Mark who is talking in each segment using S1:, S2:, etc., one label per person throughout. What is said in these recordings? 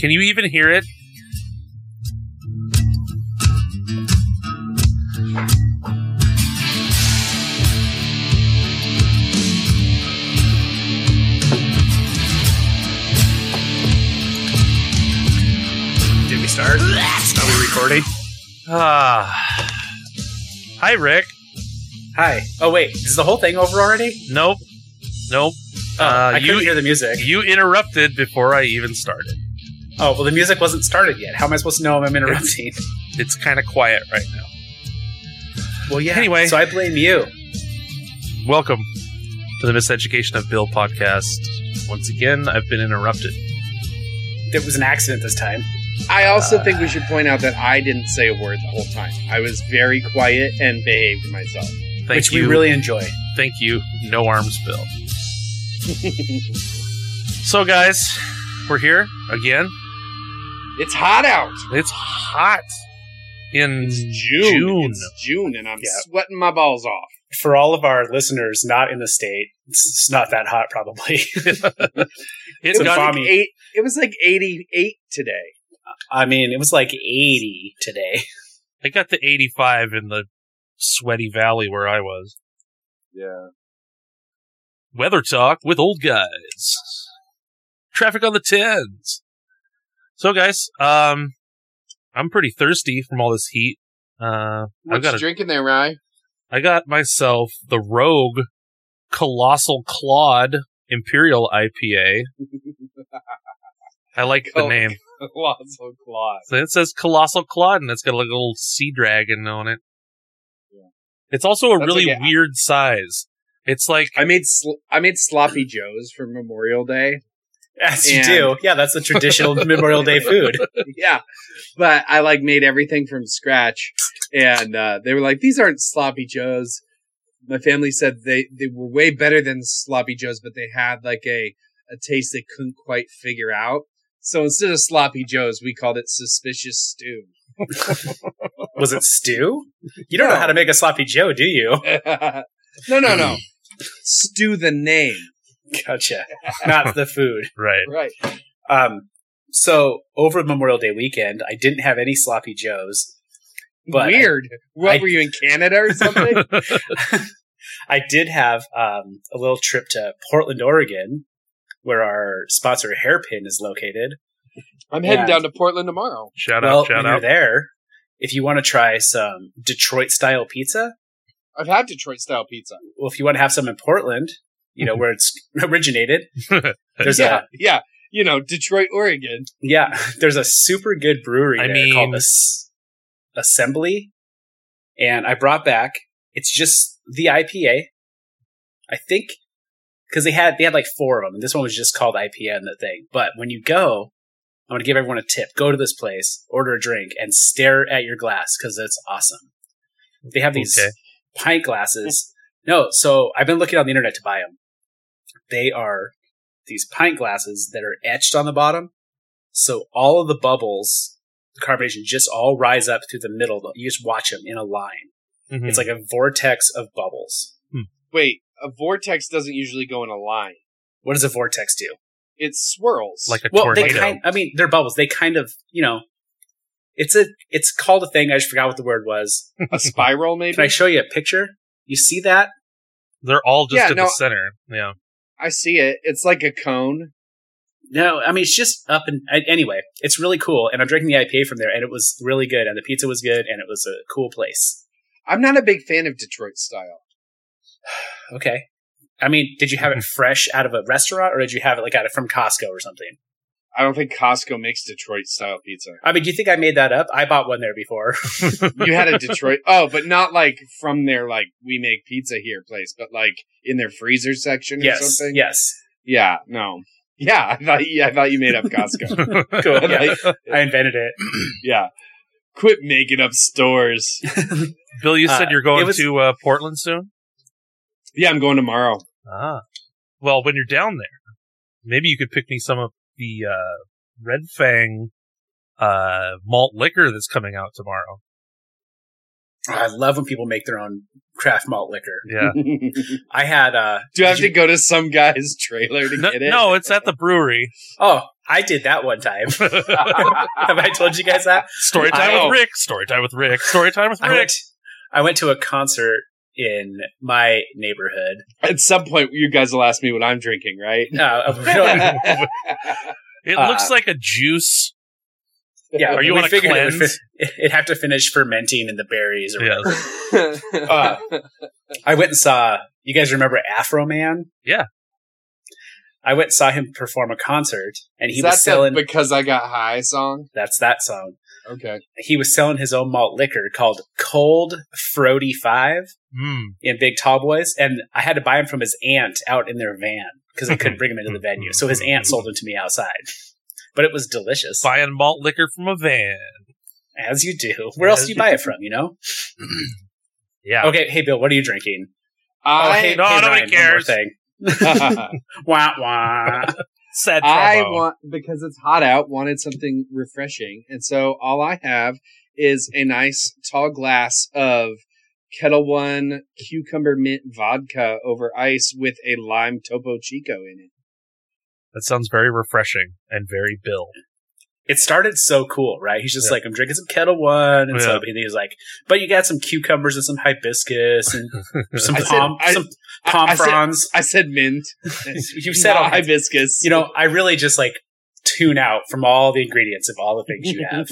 S1: Can you even hear it?
S2: Did we start? Are we recording?
S1: Ah. Hi, Rick.
S2: Hi. Oh wait, is the whole thing over already?
S1: Nope. Nope.
S2: Oh,
S1: uh,
S2: I couldn't
S1: you
S2: hear the music.
S1: you interrupted before I even started.
S2: Oh well, the music wasn't started yet. How am I supposed to know I'm interrupting?
S1: It's kind of quiet right now.
S2: well, yeah.
S1: Anyway.
S2: so I blame you.
S1: Welcome to the Miseducation of Bill podcast. Once again, I've been interrupted.
S2: It was an accident this time.
S3: I also
S2: Uh,
S3: think we should point out that I didn't say a word the whole time. I was very quiet and behaved myself.
S1: Thank
S2: which
S1: you.
S2: we really enjoy.
S1: thank you. No arms, Bill. So, guys, we're here again.
S3: It's hot out.
S1: It's hot in
S3: It's June.
S1: June.
S3: It's June, and I'm
S2: Yeah.
S3: sweating my balls off.
S2: For all of our listeners not in the state, it's, it's not that hot probably.
S1: It's
S2: It was
S1: got
S2: Bobby.
S3: Like eight, it was like 88 today.
S2: I mean, it was like 80 today.
S1: I got the 85 in the sweaty valley where I was.
S3: Yeah.
S1: Weather talk with old guys. Traffic on the tens. So guys, um, I'm pretty thirsty from all this heat. Uh, I
S3: What
S1: got
S3: you
S1: a,
S3: drinking there, Rye?
S1: I got myself the Rogue Colossal Claude Imperial IPA. I like the
S3: Oh.
S1: name.
S3: Lots of claws.
S1: So it says Colossal Claude, and it's got like a little sea dragon on it.
S3: Yeah.
S1: It's also a
S3: That's
S1: really
S3: like a-
S1: weird size. It's like
S3: I made sl- I made sloppy joes for Memorial Day.
S2: As you
S3: And-
S2: do. Yeah, that's the traditional Memorial Day food.
S3: yeah, but I like made everything from scratch, and uh, they were like, "These aren't sloppy joes." My family said they they were way better than sloppy joes, but they had like a a taste they couldn't quite figure out. So instead of sloppy joes, we called it suspicious stew.
S2: Was it stew? You don't know
S3: No.
S2: how to make a sloppy joe, do you?
S3: no, no, no, stew the name.
S2: Gotcha. Not the food.
S1: right.
S3: Right.
S2: Um, so over Memorial Day weekend, I didn't have any sloppy joes. But I-
S3: Weird. what
S2: I-
S3: were you in Canada or something?
S2: I did have um, a little trip to Portland, Oregon, where our sponsor Hairpin is located.
S3: I'm
S2: Yeah.
S3: heading down to Portland tomorrow.
S1: Shout
S2: well,
S1: out! Shout
S2: when
S1: out!
S2: you're there, if you want to try some Detroit style pizza,
S3: I've had Detroit style pizza.
S2: well, if you want to have some in Portland, you know where it's originated. There's
S3: yeah,
S2: a
S3: yeah. You know, Detroit, Oregon.
S2: yeah, there's a super good brewery
S1: I
S2: there
S1: mean-
S2: called As- Assembly, and I brought back. It's just the IPA, I think, because they had they had like four of them, and this one was just called IPA in the thing. But when you go, I'm gonna give everyone a tip: go to this place, order a drink, and stare at your glass because it's awesome. They have these
S1: Okay.
S2: pint glasses. No, so I've been looking on the internet to buy them. They are these pint glasses that are etched on the bottom. So all of the bubbles, the carbonation just all rise up through the middle. You just watch them in a line.
S1: Mhm.
S2: It's like a vortex of bubbles.
S3: Wait, a vortex doesn't usually go in a line.
S2: What does a vortex do?
S3: It swirls.
S1: like a
S2: well,
S1: tornado.
S2: they kind. I mean, they're bubbles. They kind of, you know, it's a. It's called a thing. I just forgot what the word was.
S3: a spiral, maybe.
S2: Can I show you a picture? You see that?
S1: They're all just
S3: Yeah,
S1: in
S3: no.
S1: the center. Yeah.
S3: I see it. It's like a cone.
S2: No, I mean it's just up and a- anyway, it's really cool. And I'm drinking the IPA from there, and it was really good, and the pizza was good, and it was a cool place.
S3: I'm not a big fan of Detroit style.
S2: Okay, I mean, did you have it fresh out of a restaurant, or did you have it like out of from Costco or something?
S3: I don't think Costco makes Detroit style pizza.
S2: I mean, do you think I made that up? I bought one there before.
S3: You had a Detroit, oh, but not like from their like we make pizza here place, but like in their freezer section or
S2: yes,
S3: something.
S2: yes,
S3: yeah, no, yeah. I thought you, I thought you made up Costco.
S2: cool. Yeah,
S3: Like,
S2: I invented it.
S3: yeah, quit making up stores.
S1: Bill, you said
S2: Uh,
S1: you're going
S2: it was-
S1: to uh, Portland soon.
S3: Yeah, I'm going tomorrow.
S1: Ah. Well, when you're down there, maybe you could pick me some of the uh, Red Fang uh, malt liquor that's coming out tomorrow.
S2: I love when people make their own craft malt liquor.
S1: Yeah.
S2: I had uh
S3: Do I have
S2: did you-
S3: to go to some guy's trailer to
S1: No,
S3: get it?
S1: no, it's at the brewery.
S2: oh, I did that one time. Have I told you guys that?
S1: Story time
S2: Wow.
S1: with Rick. Story time with Rick. Story time with
S2: I
S1: Rick.
S2: went I went to a concert in my neighborhood.
S3: At some point, you guys will ask me what I'm drinking, right?
S2: Uh, we don't-
S3: Are
S1: It
S2: uh,
S1: looks like a juice.
S2: yeah,
S1: Are you
S2: we
S1: on a
S2: figured it would
S1: cleanse?
S2: fi- it'd have to finish fermenting in the berries or
S1: Yeah.
S2: whatever.
S3: Uh,
S2: I went and saw. You guys remember Afro Man?
S1: Yeah.
S2: I went and saw him perform a concert, and he
S3: Is that the
S2: was selling.
S3: because I got high song?
S2: that's that song.
S3: Okay.
S2: He was selling his own malt liquor called Cold Frody Five
S1: Mm.
S2: in Big Tall Boys, and I had to buy him from his aunt out in their van because I couldn't bring him into the venue. So his aunt sold him to me outside, but it was delicious,
S1: Buying malt liquor from a van.
S2: as you do. Where else do you buy it from? You know.
S1: Yeah.
S3: Oh,
S2: Okay, hey Bill, what are you drinking?
S3: I,
S2: Oh, hey,
S1: no, nobody
S2: one more
S1: cares.
S2: thing. Wah wah.
S1: Sad
S3: I
S1: trombone.
S3: want because it's hot out. Wanted something refreshing, and so all I have is a nice tall glass of Kettle One cucumber mint vodka over ice with a lime Topo Chico in it.
S1: That sounds very refreshing and very Bill.
S2: it started so cool, right? He's just
S1: Yeah.
S2: like, I'm drinking some Kettle One, and
S1: Yeah.
S2: so and he's like, but you got some cucumbers and some hibiscus and some
S3: I said-
S2: palm,
S3: I-
S2: some
S3: I-
S2: palm
S3: I, said,
S2: fronds.
S3: I said mint.
S2: you said
S3: Not
S2: all that.
S3: hibiscus.
S2: You know, I really just like tune out from all the ingredients of all the things you have.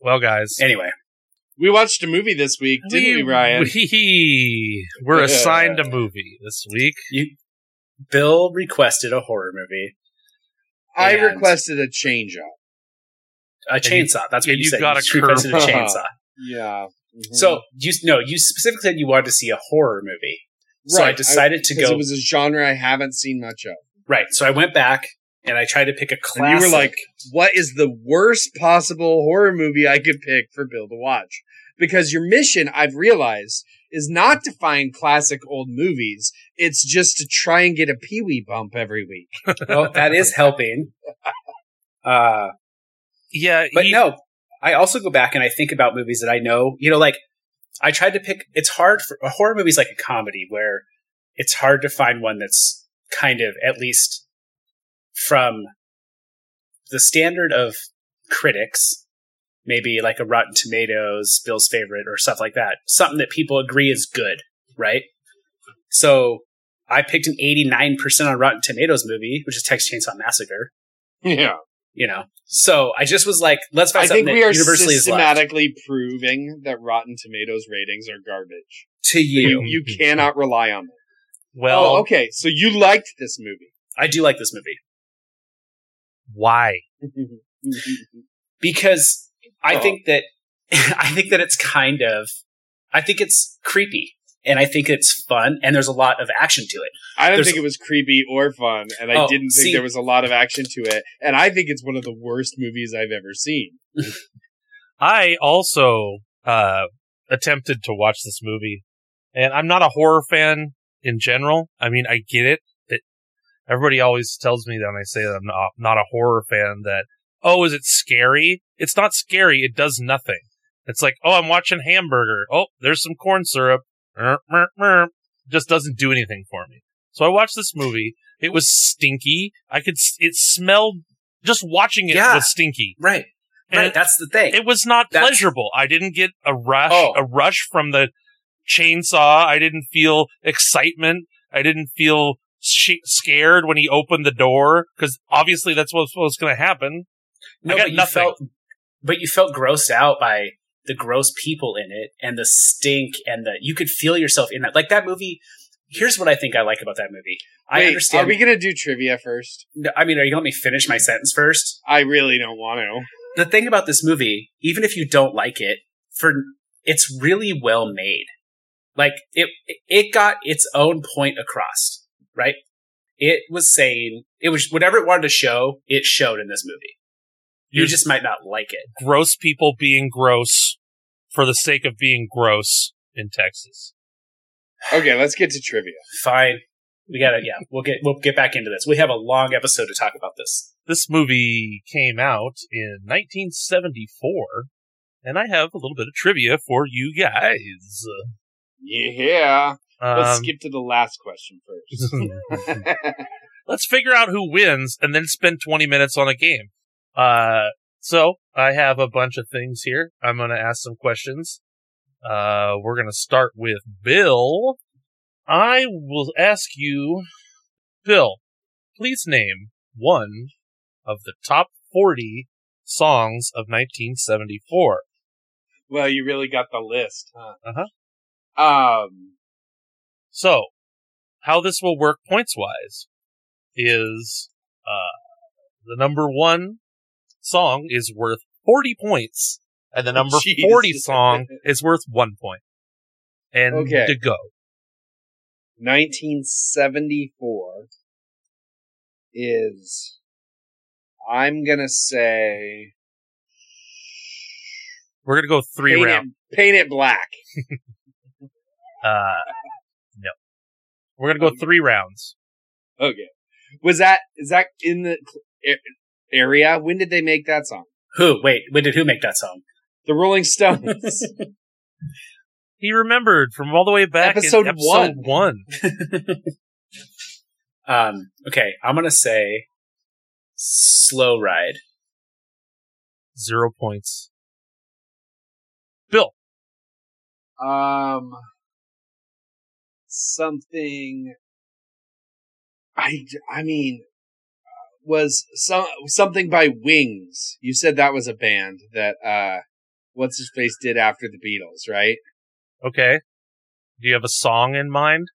S1: Well, guys,
S2: anyway,
S3: we watched a movie this week, didn't we, Ryan?
S1: We, are assigned a movie this week.
S2: you Bill requested a horror movie,
S3: I
S2: and-
S3: requested a change up.
S2: a
S1: you-
S2: chainsaw. That's what
S1: and
S2: you
S1: you
S2: said.
S1: got a
S2: just requested a
S3: curveball.
S2: chainsaw.
S3: Yeah. Mm-hmm.
S2: So you no, you specifically said you wanted to see a horror movie. So I decided to
S3: because
S2: go
S3: It was a genre I haven't seen much of.
S2: right. So I went back and I tried to pick a
S3: And
S2: classic.
S3: you were like, what is the worst possible horror movie I could pick for Bill to watch? Because your mission, I've realized, is not to find classic old movies. It's just to try and get a pee wee bump every week.
S2: well, that is helping. Uh,
S1: Yeah,
S2: but
S1: you-
S2: no, I also go back and I think about movies that I know. You know, like I tried to pick. It's hard for a horror movie's like a comedy where it's hard to find one that's kind of at least from the standard of critics, maybe like a Rotten Tomatoes, Bill's favorite, or stuff like that. Something that people agree is good, right? So I picked an 89% on Rotten Tomatoes movie, which is Texas Chainsaw Massacre
S3: Yeah.
S2: you know. So I just was like, let's find
S3: I
S2: something
S3: think
S2: that
S3: we are
S2: universally is left
S3: systematically proving that Rotten Tomatoes ratings are garbage.
S2: to you. Mm-hmm.
S3: You, you cannot rely on them.
S1: well,
S3: oh, okay. So you liked this movie.
S2: I do like this movie
S1: why?
S2: because I
S3: Oh.
S2: think that I think that it's kind of I think it's creepy and I think it's fun and there's a lot of action to it.
S3: I don't
S2: There's-
S3: think it was creepy or fun, and I
S2: Oh,
S3: didn't think
S2: see-
S3: there was a lot of action to it. And I think it's one of the worst movies I've ever seen.
S1: I also uh, attempted to watch this movie, and I'm not a horror fan in general. I mean, I get it. it everybody always tells me that when I say that I'm not, not a horror fan that, oh, is it scary? It's not scary. It does nothing. It's like, oh, I'm watching Hamburger. Oh, there's some corn syrup. Er, mer, mer. Just doesn't do anything for me. So I watched this movie. It was stinky. I could. s- It smelled. Just watching it
S2: Yeah.
S1: was stinky.
S2: Right. Right.
S1: And-
S2: That's the thing.
S1: it was not
S2: That's-
S1: pleasurable. I didn't get a rush,
S2: Oh.
S1: a rush from the chainsaw. I didn't feel excitement. I didn't feel sh- scared when he opened the door because obviously that's what's, what's going to happen. I got
S2: but you
S1: nothing.
S2: felt but you felt grossed out by the gross people in it and the stink and the you could feel yourself in that. Like that movie here's what I think I like about that movie. I
S3: Wait,
S2: understand
S3: Are we gonna do trivia first?
S2: No, I mean, are you gonna let me finish my sentence first?
S3: I really don't want to.
S2: The thing about this movie, even if you don't like it, for it's really well made. Like it, it got its own point across, right? It was saying it was whatever it wanted to show. It showed in this movie. You
S1: You're
S2: just might not like it.
S1: gross people being gross for the sake of being gross in Texas.
S3: Okay, let's get to trivia.
S2: Fine, we gotta. Yeah, we'll get we'll get back into this. We have a long episode to talk about this.
S1: This movie came out in 1974. and I have a little bit of trivia for you guys.
S3: Yeah. Let's
S1: Um,
S3: skip to the last question first.
S1: let's figure out who wins and then spend 20 minutes on a game. Uh, so I have a bunch of things here. I'm going to ask some questions. Uh, we're going to start with Bill. I will ask you, Bill, please name one of the top 40 songs of 1974.
S3: well, you really got the list, huh?
S1: Uh-huh.
S2: Uh-huh.
S3: huh. Um,
S1: So, how this will work points wise is uh, the number one song is worth 40 points, and the number
S3: Oh, Jeez.
S1: 40 song is worth one point. And
S3: Okay.
S1: to go.
S3: 1974 is, I'm gonna say,
S1: We're going to go three
S3: paint
S1: round.
S3: It, paint it black.
S1: Uh, no. We're going to go
S3: Okay.
S1: three rounds.
S3: Okay. Was that is that in the cl- a- area? When did they make that song?
S2: Who? Wait, when did who make that song?
S3: The Rolling Stones.
S1: He remembered from all the way back in
S3: Episode
S1: episode
S3: one.
S1: one.
S2: Um, okay, I'm gonna say slow ride.
S1: Zero points. Bill,
S3: um, something. I I mean, was some something by Wings? You said that was a band that uh, what's his face did after the Beatles, right?
S1: okay. Do you have a song in mind?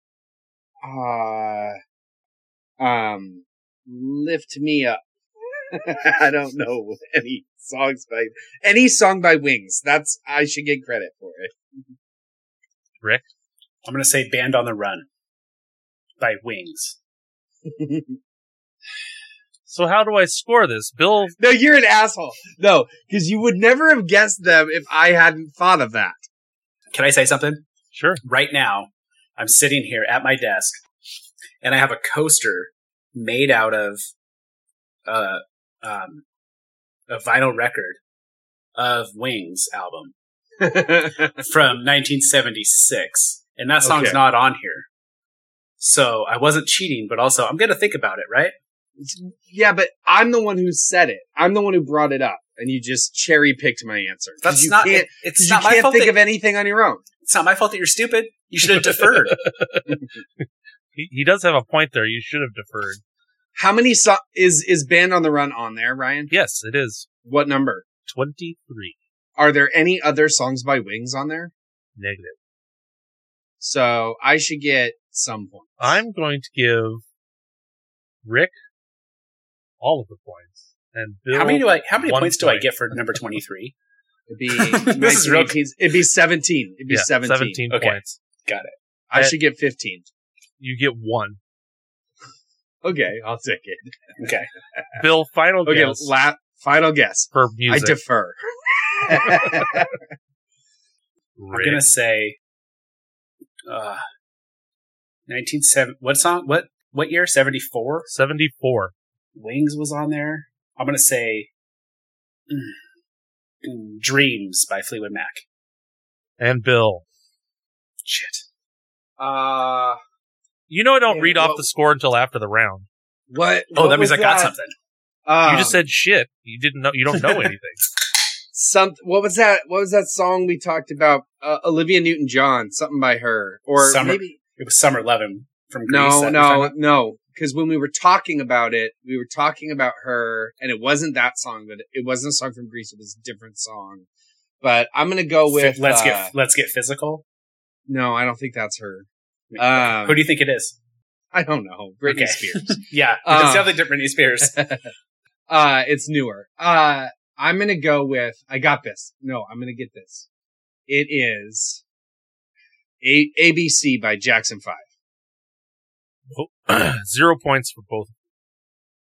S3: Uh, um, lift me up. I don't know any songs by any song by Wings. That's I should get credit for it.
S2: I'm gonna say Band on the Run by Wings.
S1: So how do I score this? Bill
S3: No, you're an asshole. No, because you would never have guessed them if I hadn't thought of that.
S2: Can I say something?
S1: Sure.
S2: Right now, I'm sitting here at my desk, and I have a coaster made out of uh, um, a vinyl record of Wings album from 1976, and that song's
S3: Okay.
S2: not on here. So I wasn't cheating, but also I'm gonna think about it, right?
S3: yeah, but I'm the one who said it. I'm the one who brought it up, and you just cherry picked my answer. 'Cause
S2: That's
S3: you
S2: not.
S3: Can't,
S2: it-
S3: 'cause
S2: it's
S3: you
S2: not my
S3: can't
S2: fault.
S3: think
S2: that-
S3: of anything on your own.
S2: it's not my fault that you're stupid. You should have deferred.
S1: he, he does have a point there. You should have deferred.
S3: How many so- is is Band on the Run on there, Ryan?
S1: Yes, it is
S3: What number?
S1: twenty three
S3: Are there any other songs by Wings on there?
S1: negative.
S3: So I should get some points.
S1: I'm going to give Rick all of the points and Bill.
S2: how many do I? How many
S1: one
S2: points do I
S1: point.
S2: get for number twenty three?
S3: It'd be
S2: This is real-
S3: 19, It'd be seventeen. It'd be
S1: Yeah,
S3: 17.
S2: Okay.
S1: points.
S3: I
S1: Uh,
S3: should get fifteen.
S1: You get one.
S3: Okay, I'll take it.
S2: Okay,
S1: Bill, final
S3: Okay,
S1: guess
S3: la- final guess.
S1: for music.
S3: I defer.
S2: I'm
S1: Rick.
S2: gonna say, uh, nineteen seven. What song? What what year? Seventy four.
S1: seventy four.
S2: Wings was on there. I'm gonna say, mm, Dreams by Fleetwood Mac.
S1: And Bill,
S2: Shit.
S3: uh,
S1: you know I don't
S3: Yeah,
S1: read off
S3: well-
S1: the score until after the round.
S3: what?
S2: Oh,
S3: what
S2: that means
S3: was
S2: I got something.
S3: Um,
S1: you just said shit. You didn't know. You don't know anything.
S3: some. What was that? What was that song we talked about? Uh, Olivia Newton-John, something by her, or
S2: Summer-
S3: maybe
S2: It was Summer Lovin' from Greece.
S3: no,
S2: that we're talking
S3: no,
S2: about.
S3: no. Because when we were talking about it, we were talking about her, and it wasn't that song. But it wasn't a song from Greece. It was a different song. But I'm gonna go with.
S2: F- let's
S3: uh,
S2: get let's get physical.
S3: No, I don't think that's her. Um,
S2: Who do you think it is?
S3: I don't know. Britney
S2: Okay.
S3: Spears.
S2: Yeah,
S3: Um,
S2: it's definitely Britney Spears.
S3: Uh, it's newer. Uh, I'm gonna go with. I got this. No, I'm gonna get this. It is A- ABC by Jackson Five.
S1: Zero points for both.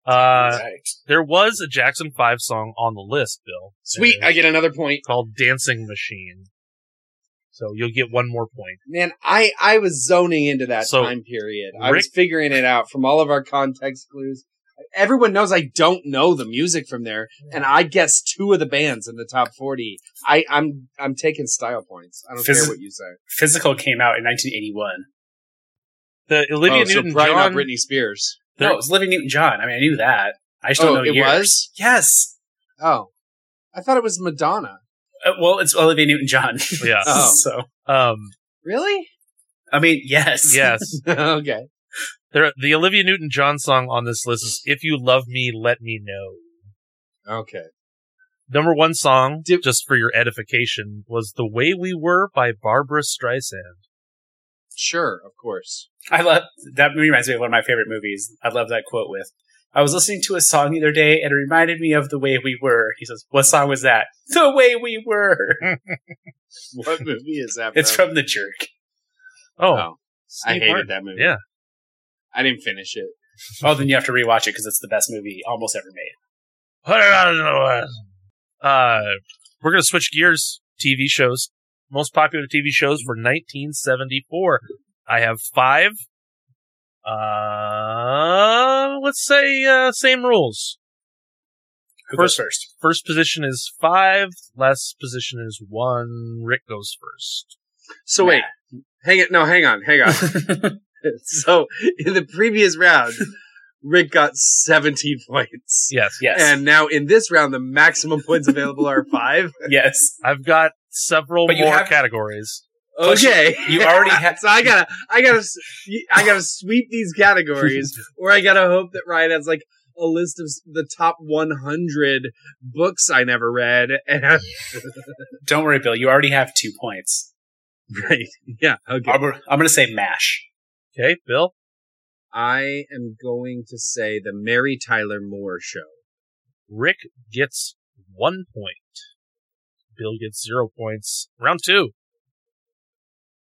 S1: Uh,
S2: Right.
S1: There was a Jackson 5 song on the list, Bill.
S3: Sweet,
S1: Uh,
S3: I get another point.
S1: called Dancing Machine. So you'll get one more point.
S3: Man, I I was zoning into that
S1: So,
S3: time period. I
S1: Rick-
S3: was figuring it out from all of our context clues. everyone knows I don't know the music from there, and I guess two of the bands in the top forty. I, I'm I'm taking style points. I don't
S2: Physi-
S3: care what you say.
S2: Physical came out in 1981.
S1: The Olivia
S3: oh, so
S1: Newton
S3: probably not
S1: John.
S3: Britney Spears.
S2: No, it was Living Newton John. I mean, I knew that. I just don't
S3: Oh,
S2: know
S3: it
S2: years.
S3: was?
S2: Yes.
S3: Oh, I thought it was Madonna.
S2: Uh, well, it's Olivia Newton John.
S1: yeah.
S3: Oh.
S2: So,
S1: Um.
S3: Really?
S2: I mean, yes.
S1: Yes.
S3: okay.
S1: There, the Olivia Newton John song on this list is "If You Love Me, Let Me Know."
S3: Okay.
S1: Number one song,
S3: Did-
S1: just for your edification, was "The Way We Were" by Barbara Streisand.
S3: Sure. Of course.
S2: I love that reminds me of one of my favorite movies. I love that quote with I was listening to a song the other day and it reminded me of the way we were. He says, What song was that? The way we were.
S3: What movie is that?
S2: It's from The Jerk.
S1: Oh,
S3: Oh, I hated that movie.
S1: Yeah.
S3: I didn't finish it.
S2: Oh, then you have to rewatch it because it's the best movie almost ever made.
S1: Put it out in the West. Uh, we're gonna switch gears. TV shows, most popular TV shows for 1974. I have five. Uh, let's say uh, same rules.
S2: Who
S1: First-
S2: goes first?
S1: First position is five. Last position is one. Rick goes first.
S3: So wait, hang it. No, hang on, hang on. so in the previous round, Rick got 17 points.
S1: Yes,
S2: Yes.
S3: And now in this round, the maximum points available are five.
S2: yes.
S1: I've got several
S2: But you
S1: more
S2: have-
S1: categories.
S2: Plus,
S3: Okay,
S2: you already had-
S3: so I gotta, I gotta, s- I gotta sweep these categories, or I gotta hope that Ryan has like a list of s- the top 100 books I never read. And
S2: Don't worry, Bill. You already have two points.
S3: right, yeah, okay.
S2: I'm going to say MASH.
S1: Okay, Bill.
S3: I am going to say the Mary Tyler Moore Show.
S1: Rick gets one point. Bill gets zero points. Round two.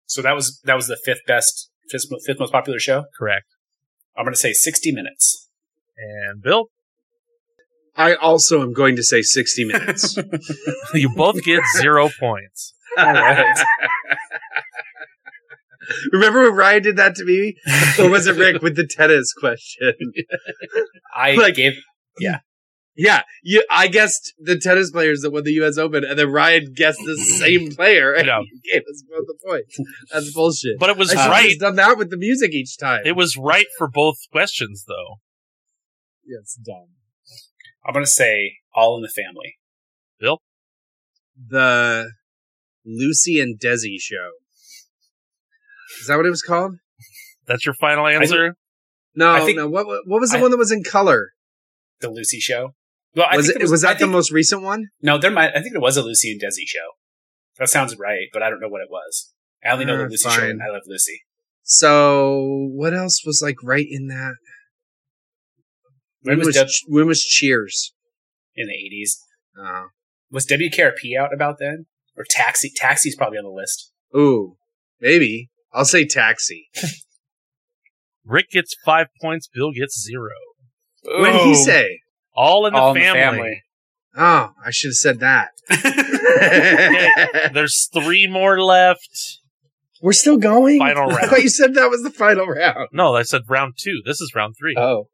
S2: So that was that was the fifth best, fifth, mo- fifth most popular show.
S1: Correct.
S2: I'm going to say 60 Minutes.
S1: And Bill,
S3: I also am going to say 60 minutes.
S1: you both get zero points.
S2: All right.
S3: Remember when Ryan did that to me? Or was it Rick with the tennis question?
S2: I
S3: Like-
S2: gave
S3: Yeah, you, I guessed the tennis players that won the U.S. Open, and then Ryan guessed the same player and
S1: No.
S3: he gave us both the point. That's bullshit.
S1: But it was
S3: I should've
S1: right.
S3: just done that with the music each time.
S1: It was right for both questions, though.
S3: yeah, it's dumb.
S2: I'm going to say All in the Family.
S3: The Lucy and Desi show. Is that what it was called?
S1: That's your final answer.
S3: No,
S2: I think-
S3: no. What what was the
S2: I-
S3: one that was in color?
S2: The Lucy Show. Well, I
S3: was
S2: think
S3: it
S2: there
S3: was,
S2: I
S3: that the
S2: think-
S3: most recent one?
S2: No, there might. I think there was a Lucy and Desi show. That sounds right, but I don't know what it was. I only know the
S3: Uh,
S2: Lucy show
S3: fine.
S2: and I Love Lucy.
S3: So what else was like right in that?
S2: When was Deb-
S3: Ch- when was Cheers?
S2: in the eighties?
S3: Oh.
S2: Was WKRP out about then? Or Taxi? Taxi's probably on the list.
S3: Ooh, maybe I'll say Taxi.
S1: Rick gets five points. Bill gets zero.
S3: What did
S2: Ooh.
S3: he say?
S1: All in the,
S2: All in
S1: family.
S3: Oh, I should have said that.
S1: There's three more left.
S3: We're still going.
S1: Final
S3: I
S1: round.
S3: thought you said that was the final round.
S1: No, I said round two. This is round three.
S3: Oh,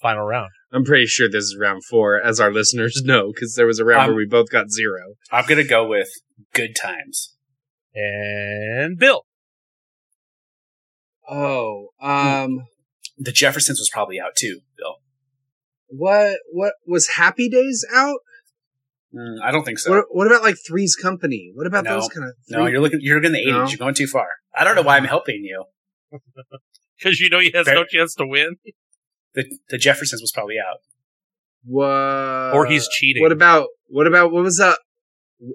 S1: final round.
S3: I'm pretty sure this is round four, as our listeners know, because there was a round
S2: Um,
S3: where we both got zero.
S2: I'm gonna go with Good Times.
S1: And Bill.
S3: Oh, um,
S2: The Jeffersons was probably out too, Bill.
S3: what what was Happy Days out?
S2: Mm, I don't think so.
S3: Hmm. what, what about like Three's Company? What about
S2: No.
S3: those kind of?
S2: no, you're looking. You're in the eighties.
S3: No.
S2: You're going too far. I don't know why I'm helping you.
S1: Because you know he has
S2: Fair.
S1: no chance to win.
S2: The The Jeffersons was probably out.
S3: What?
S1: or he's cheating.
S3: Uh, What about what about what was that?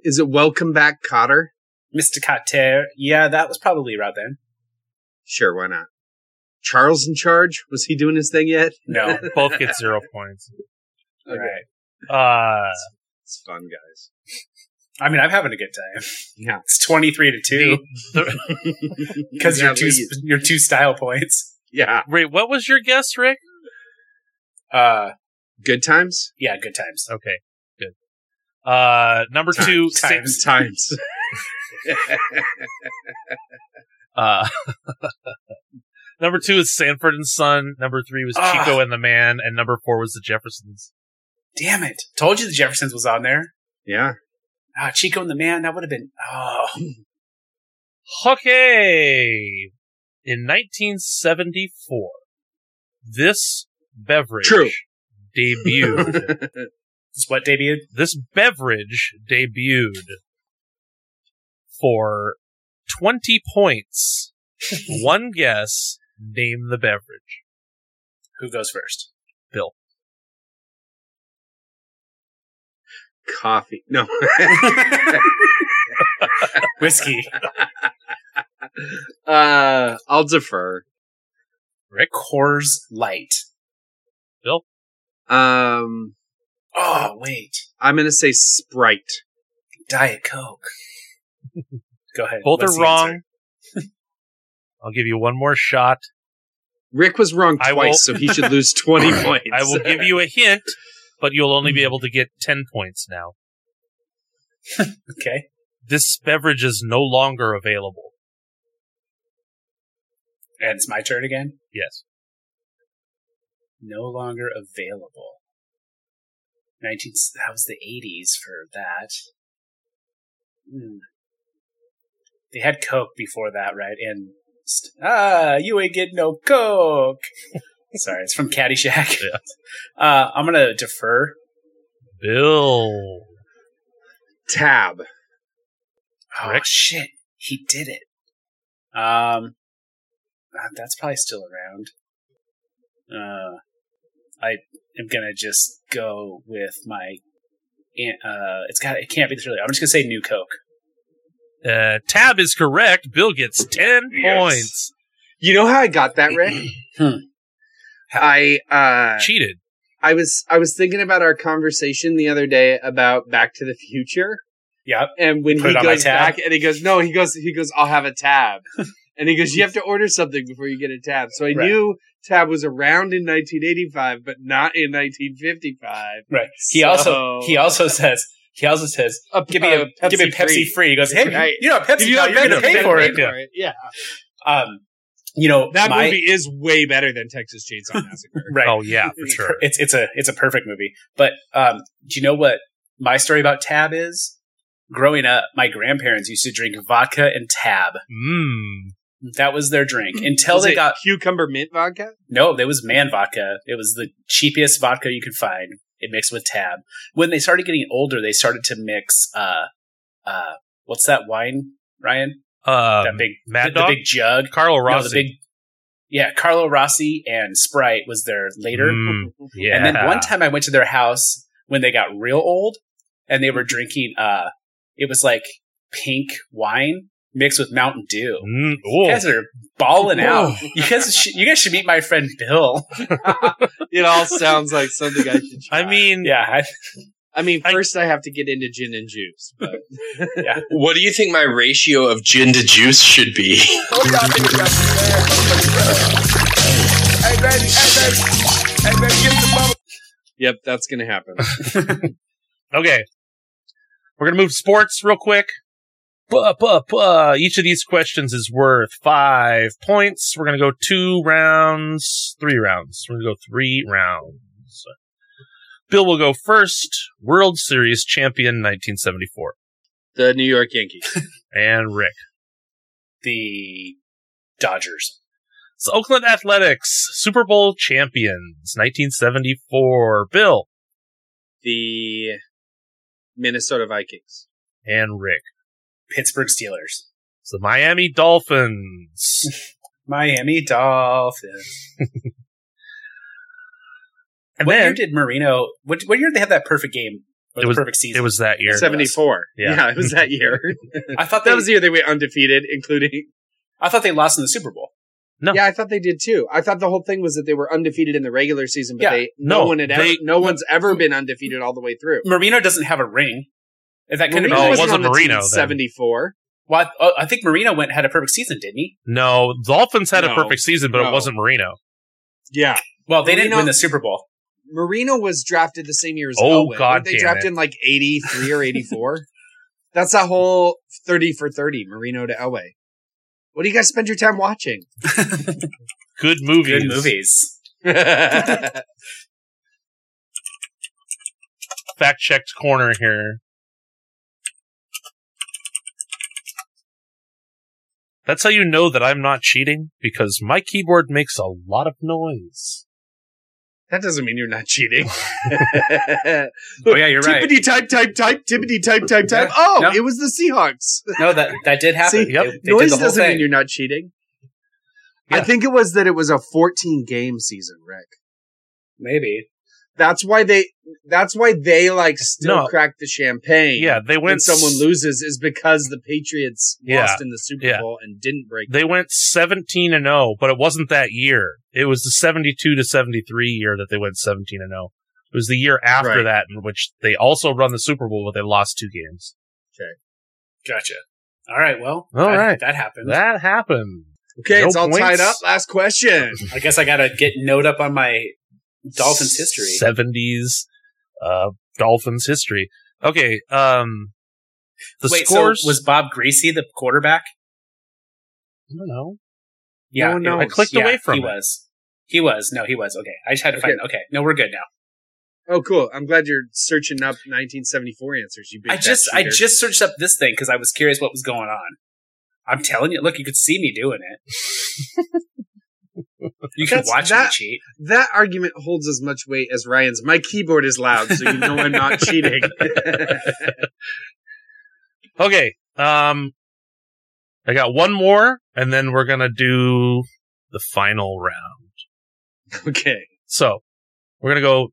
S3: Is it Welcome Back Cotter?
S2: Mr. Carter. Yeah, that was probably out then.
S3: Sure, why not? Charles in charge? Was he doing his thing yet?
S2: No,
S1: Both get zero points.
S3: Okay.
S2: right.
S1: Uh,
S3: It's fun, guys.
S2: I mean, I'm having a good time.
S3: Yeah.
S2: It's 23 to 2 because
S3: Yeah,
S2: you're two
S3: but you-
S2: you're two style points.
S3: Yeah.
S1: wait, what was your guess, Rick?
S2: Uh
S3: Good times.
S2: yeah, good times.
S1: Okay, good. Uh, number
S3: Time-
S1: two,
S2: time.
S1: six,
S3: Good times.
S1: uh, Number two is Sanford and Son. Number three was
S2: Ah.
S1: Chico and the Man, and number four was the Jeffersons.
S2: Damn it! Told you the Jeffersons was on there.
S3: Yeah.
S2: Ah, Chico and the Man. That would have been. Oh,
S1: Okay. In 1974, this beverage
S3: True.
S1: debuted.
S2: it's what debuted.
S1: this beverage debuted for 20 points. One guess, name the beverage.
S2: Who goes first?
S3: Coffee. No.
S2: Whiskey.
S3: uh, I'll defer.
S2: Rick Coors Light.
S3: Um,
S2: Oh wait,
S3: I'm gonna say Sprite.
S2: Diet Coke. Go ahead.
S1: Both
S2: What's
S1: are
S2: the
S1: wrong.
S2: answer?
S1: I'll give you one more shot.
S3: Rick was wrong
S1: I
S3: twice,
S1: will-
S3: so he should lose 20 points.
S1: I will give you a hint, but you'll only be able to get 10 points now.
S2: Okay.
S1: This beverage is no longer available.
S2: And it's my turn again.
S1: Yes.
S2: no longer available. 19, that was the 80s for that. Hmm. They had Coke before that, right? And st- ah, you ain't getting no Coke. Sorry, it's from Caddyshack.
S1: Yeah.
S2: Uh, I'm gonna defer.
S1: Bill.
S3: Tab.
S2: Oh
S1: Correct.
S2: shit, he did it. Um, uh, that's probably still around. Uh, I am gonna just go with my. an- Uh, it's got. It can't be this really. I'm just gonna say New Coke.
S1: Uh, tab is correct. Bill gets 10
S3: Yes.
S1: points.
S3: You know how I got that, Rick?
S2: Hmm.
S3: I uh,
S1: Cheated.
S3: I was I was thinking about our conversation the other day about Back to the Future,
S2: Yep.
S3: and when
S2: Put
S3: he
S2: it on my
S3: goes
S2: tab?
S3: back and he goes, no, he goes, he goes, I'll have a tab, and he goes, you have to order something before you get a tab. So I
S2: Right.
S3: knew tab was around in 1985, but not in 1955.
S2: Right. He
S3: So- Uh,
S2: also. He also says. He also says, "Give me a, give me a Pepsi free. He goes, "Hey,
S3: Right.
S2: you know, Pepsi,
S3: If you
S2: pal,
S3: have
S2: you're gonna
S3: Pepsi,
S2: pay for it."
S1: Yeah.
S3: Yeah,
S2: Um, you know
S3: that
S2: my-
S3: movie is way better than Texas Chainsaw Massacre.
S2: Right.
S1: Oh, yeah, for sure.
S2: It's it's a it's a perfect movie. But um, do you know what my story about Tab is? Growing up, my grandparents used to drink vodka and Tab.
S1: Mmm.
S2: That was their drink
S1: Hmm.
S2: until
S3: Was
S2: they
S3: it
S2: got
S3: cucumber mint vodka.
S2: no. There was man vodka. It was the cheapest vodka you could find. It mixed with Tab. When they started getting older, they started to mix uh uh what's that wine, Ryan?
S1: Um,
S2: that big
S1: Mad
S2: the, the
S1: Dog?
S2: big jug.
S1: Carlo
S2: No,
S1: Rossi.
S2: the big yeah. Carlo Rossi and Sprite was their later.
S1: Mm, yeah.
S2: And then one time I went to their house when they got real old and they were
S1: Mm-hmm.
S2: drinking uh it was like pink wine mixed with Mountain Dew.
S1: Mm,
S2: You
S1: ooh.
S2: guys are balling out. You guys should, you guys should meet my friend Bill.
S3: It all sounds like something I should. Try.
S1: I mean,
S2: Yeah.
S3: I mean,
S1: I-
S3: first I, have to get into gin and juice. But.
S4: What do you think my ratio of gin to juice should be?
S3: Oh, yep, that's gonna happen.
S1: okay. We're going to move sports real quick. Buh, buh, buh. uh, Each of these questions is worth five points. We're going to go two rounds, three rounds. We're going to go three rounds. Bill will go first. World Series champion 1974.
S3: The New York Yankees.
S1: And Rick.
S2: the Dodgers.
S1: It's Oakland Athletics, Super Bowl champions 1974. Bill
S3: The Minnesota Vikings.
S1: and Rick.
S2: Pittsburgh Steelers.
S1: It's the Miami Dolphins.
S2: Miami Dolphins.
S1: And
S2: what year
S1: then
S2: did Marino what what year did they have that perfect game? Or
S1: It
S2: the
S1: was-
S2: perfect season.
S1: it was that year.
S3: Seventy four.
S1: Yeah.
S3: Yeah. it was that year.
S2: I thought they,
S3: that was the year they went undefeated, including.
S2: I thought they lost in the Super Bowl.
S1: No.
S3: Yeah, I thought they did too. I thought the whole thing was that they were undefeated in the regular season, but
S2: Yeah.
S3: they no,
S1: No,
S3: one had ever,
S1: they-
S3: no one's ever been undefeated all the way through.
S2: Marino doesn't have a ring. If that could have
S1: Marino No, it
S2: been
S1: wasn't wasn't Marino then.
S3: Seventy four.
S2: Well, I, oh, I think Marino went had a perfect season, didn't he?
S1: No, Dolphins had a
S3: No,
S1: perfect season, but it
S3: no.
S1: wasn't Marino.
S3: Yeah,
S2: Well, they didn't
S3: Marino-
S2: win the Super Bowl.
S3: Marino was drafted the same year as
S1: Oh,
S3: Elway.
S1: God
S3: Weren't they
S1: damn
S3: drafted
S1: it.
S3: in like eighty three or eighty four. That's a whole thirty for thirty Marino to Elway. What do you guys spend your time watching?
S1: Good movies.
S2: Good movies.
S1: Fact checked corner here. That's how you know that I'm not cheating because my keyboard makes a lot of noise.
S3: that doesn't mean you're not cheating.
S2: Oh yeah, you're right.
S3: Tippity type type type tippity type type type.
S2: Yeah.
S3: Oh,
S2: No.
S3: it was the Seahawks.
S2: No, that that did happen.
S3: See,
S1: yep.
S2: They- they did
S3: Noise
S2: the whole
S3: doesn't mean
S2: thing.
S3: you're not cheating. I
S1: Yeah.
S3: think it was that it was a 14 game season, Rick.
S2: Maybe.
S3: That's why they. That's why they like still
S1: No.
S3: crack the champagne.
S1: Yeah, they
S3: when
S1: went
S3: someone
S1: s-
S3: loses is because the Patriots
S1: Yeah.
S3: lost in the Super
S1: Yeah.
S3: Bowl and didn't break.
S1: They went 17 and 0, but it wasn't that year. It was the 72 to 73 year that they went 17 and 0. It was the year after
S3: Right.
S1: that in which they also run the Super Bowl, but they lost two games.
S2: Gotcha. All right. Well,
S1: All
S2: that-
S1: right.
S2: That happened.
S1: That happened.
S3: Okay,
S1: No
S3: it's all
S1: points.
S3: tied up. Last question.
S2: I guess I gotta get note up on my Dolphins history.
S1: 70s uh, Dolphins history. Okay, um the
S2: Wait,
S1: scores
S2: so was Bob Greasy the quarterback?
S1: I don't know.
S2: Yeah,
S3: one
S2: it
S3: knows.
S1: I clicked
S2: yeah,
S1: away from
S2: he
S1: it.
S2: was. He was. No, he was. Okay, I just had to find. Okay, no, we're good now.
S3: Oh, cool. I'm glad you're searching up 1974 answers. You big
S2: I
S3: fat
S2: just I
S3: cheater.
S2: just searched up this thing because I was curious what was going on. I'm telling you, look, you could see me doing it. you could
S3: That's-
S2: watch me
S3: that-
S2: cheat.
S3: that argument holds as much weight as Ryan's. My keyboard is loud, so you know I'm not cheating.
S1: Okay. Um I got one more and then we're going to do the final round.
S3: okay.
S1: So, we're going to go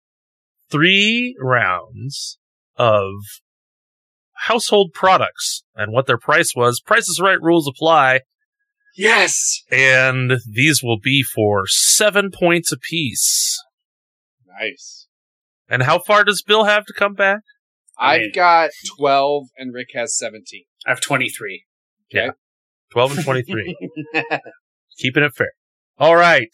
S1: 3 rounds of household products and what their price was. Price is right rules apply
S3: Yes.
S1: and these will be for 7 points apiece.
S3: Nice.
S1: And how far does Bill have to come back?
S2: I mean-
S3: I've got 12 and Rick has 17.
S2: I have 23.
S1: 12 and 23. Keeping it fair. All right.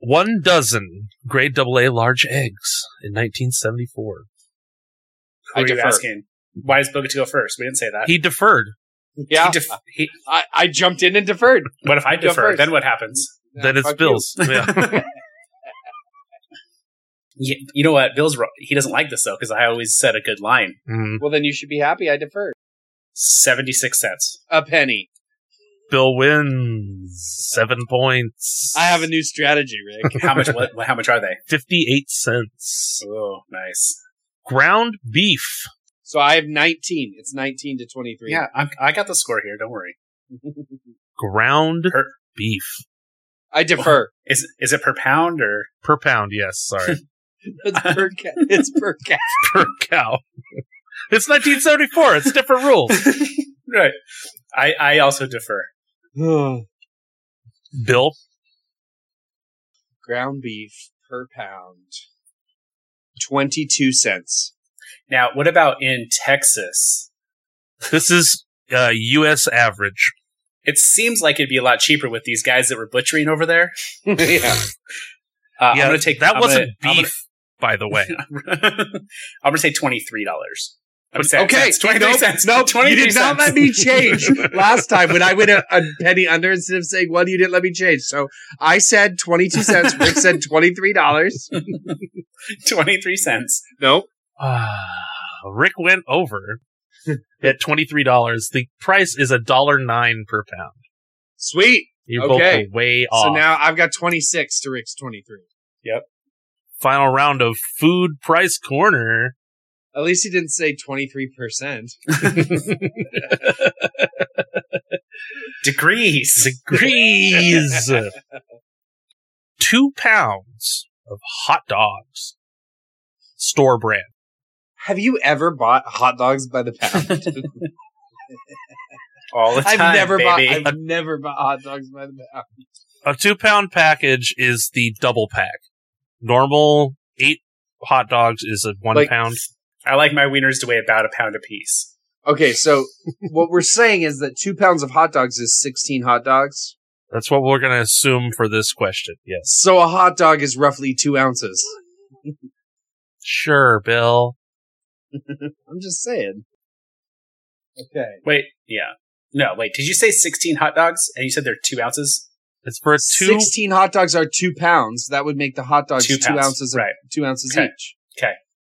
S1: One dozen grade AA large eggs in 1974.
S2: Who are
S3: I
S2: you
S3: defer.
S2: asking? Why is Boga to go first? We didn't say that.
S1: He deferred.
S3: Yeah.
S2: He def- he-
S3: I, I jumped in and deferred.
S2: what if I
S3: Go
S2: defer?
S3: first.
S2: Then what happens?
S1: then it's
S3: Fuck
S1: Bill's. Yeah.
S2: You, you know what? Bill's wrong. he doesn't like this though because I always said a good line.
S1: Mhm.
S3: you. Well, then you should be happy I deferred.
S2: 76 cents.
S3: A penny.
S1: Bill wins. Seven points.
S3: I have a new strategy, Rick.
S2: How much? what, how much are they?
S1: 58 cents.
S2: Oh, nice.
S1: Ground beef.
S3: so I have 19. It's 19 to 23.
S2: Yeah, I'm, I got the score here. Don't worry.
S1: Ground
S2: Per-
S1: beef.
S3: I defer.
S2: Is is it per pound or
S1: Per pound, yes, sorry.
S3: it's per cat. It's per cat.
S1: per cow. It's 1974. It's different rules.
S2: right? I I also defer.
S1: Bill,
S3: Ground beef per pound. 22 cents.
S2: Now, what about in Texas?
S1: This is uh, U.S. average.
S2: It seems like it'd be a lot cheaper with these guys that were butchering over there.
S3: yeah.
S2: Uh,
S1: Yeah,
S2: I'm gonna take
S1: that
S2: I'm
S1: wasn't
S2: gonna- I'm
S1: beef, by the way.
S2: gonna- I'm gonna, say twenty three dollars.
S3: Okay,
S2: twenty three
S3: nope,
S2: cents.
S3: No,
S2: twenty
S3: you
S2: three
S3: did
S2: cents.
S3: not let me change last time when I went a, a penny under instead of saying one. You didn't let me change, so I said twenty-two cents. Rick said twenty-three dollars.
S2: twenty three cents.
S3: Nope.
S1: Ah, Rick went over at twenty three dollars. The price is a dollar nine per pound.
S3: Sweet.
S1: You're
S3: Okay.
S1: both way off.
S3: So now I've got twenty-six to Rick's twenty-three.
S1: Final round of food price corner.
S3: At least he didn't say twenty-three percent.
S2: Degrees.
S1: Degrees. Two pounds of hot dogs. Store brand.
S3: Have you ever bought hot dogs by the pound?
S2: All the time,
S3: I've never
S2: baby.
S3: bought. I've never bought hot dogs by the pound.
S1: a two pound package is the double pack. Normal eight hot dogs is a one
S3: Like-
S1: pound.
S2: I like my wieners to weigh about a pound apiece.
S3: Okay, so what we're saying is that two pounds of hot dogs is sixteen hot dogs.
S1: That's what we're gonna assume for this question. Yes.
S3: So a hot dog is roughly two ounces.
S1: Sure, Bill.
S3: I'm just saying. Okay.
S2: Wait, yeah. No, wait. Did you say 16 hot dogs and you said they're two ounces?
S1: It's for a two.
S3: 16 hot dogs are two pounds. That would make the hot dogs two,
S2: Two pounds,
S3: ounces,
S2: right.
S3: two ounces
S2: Okay.
S3: each.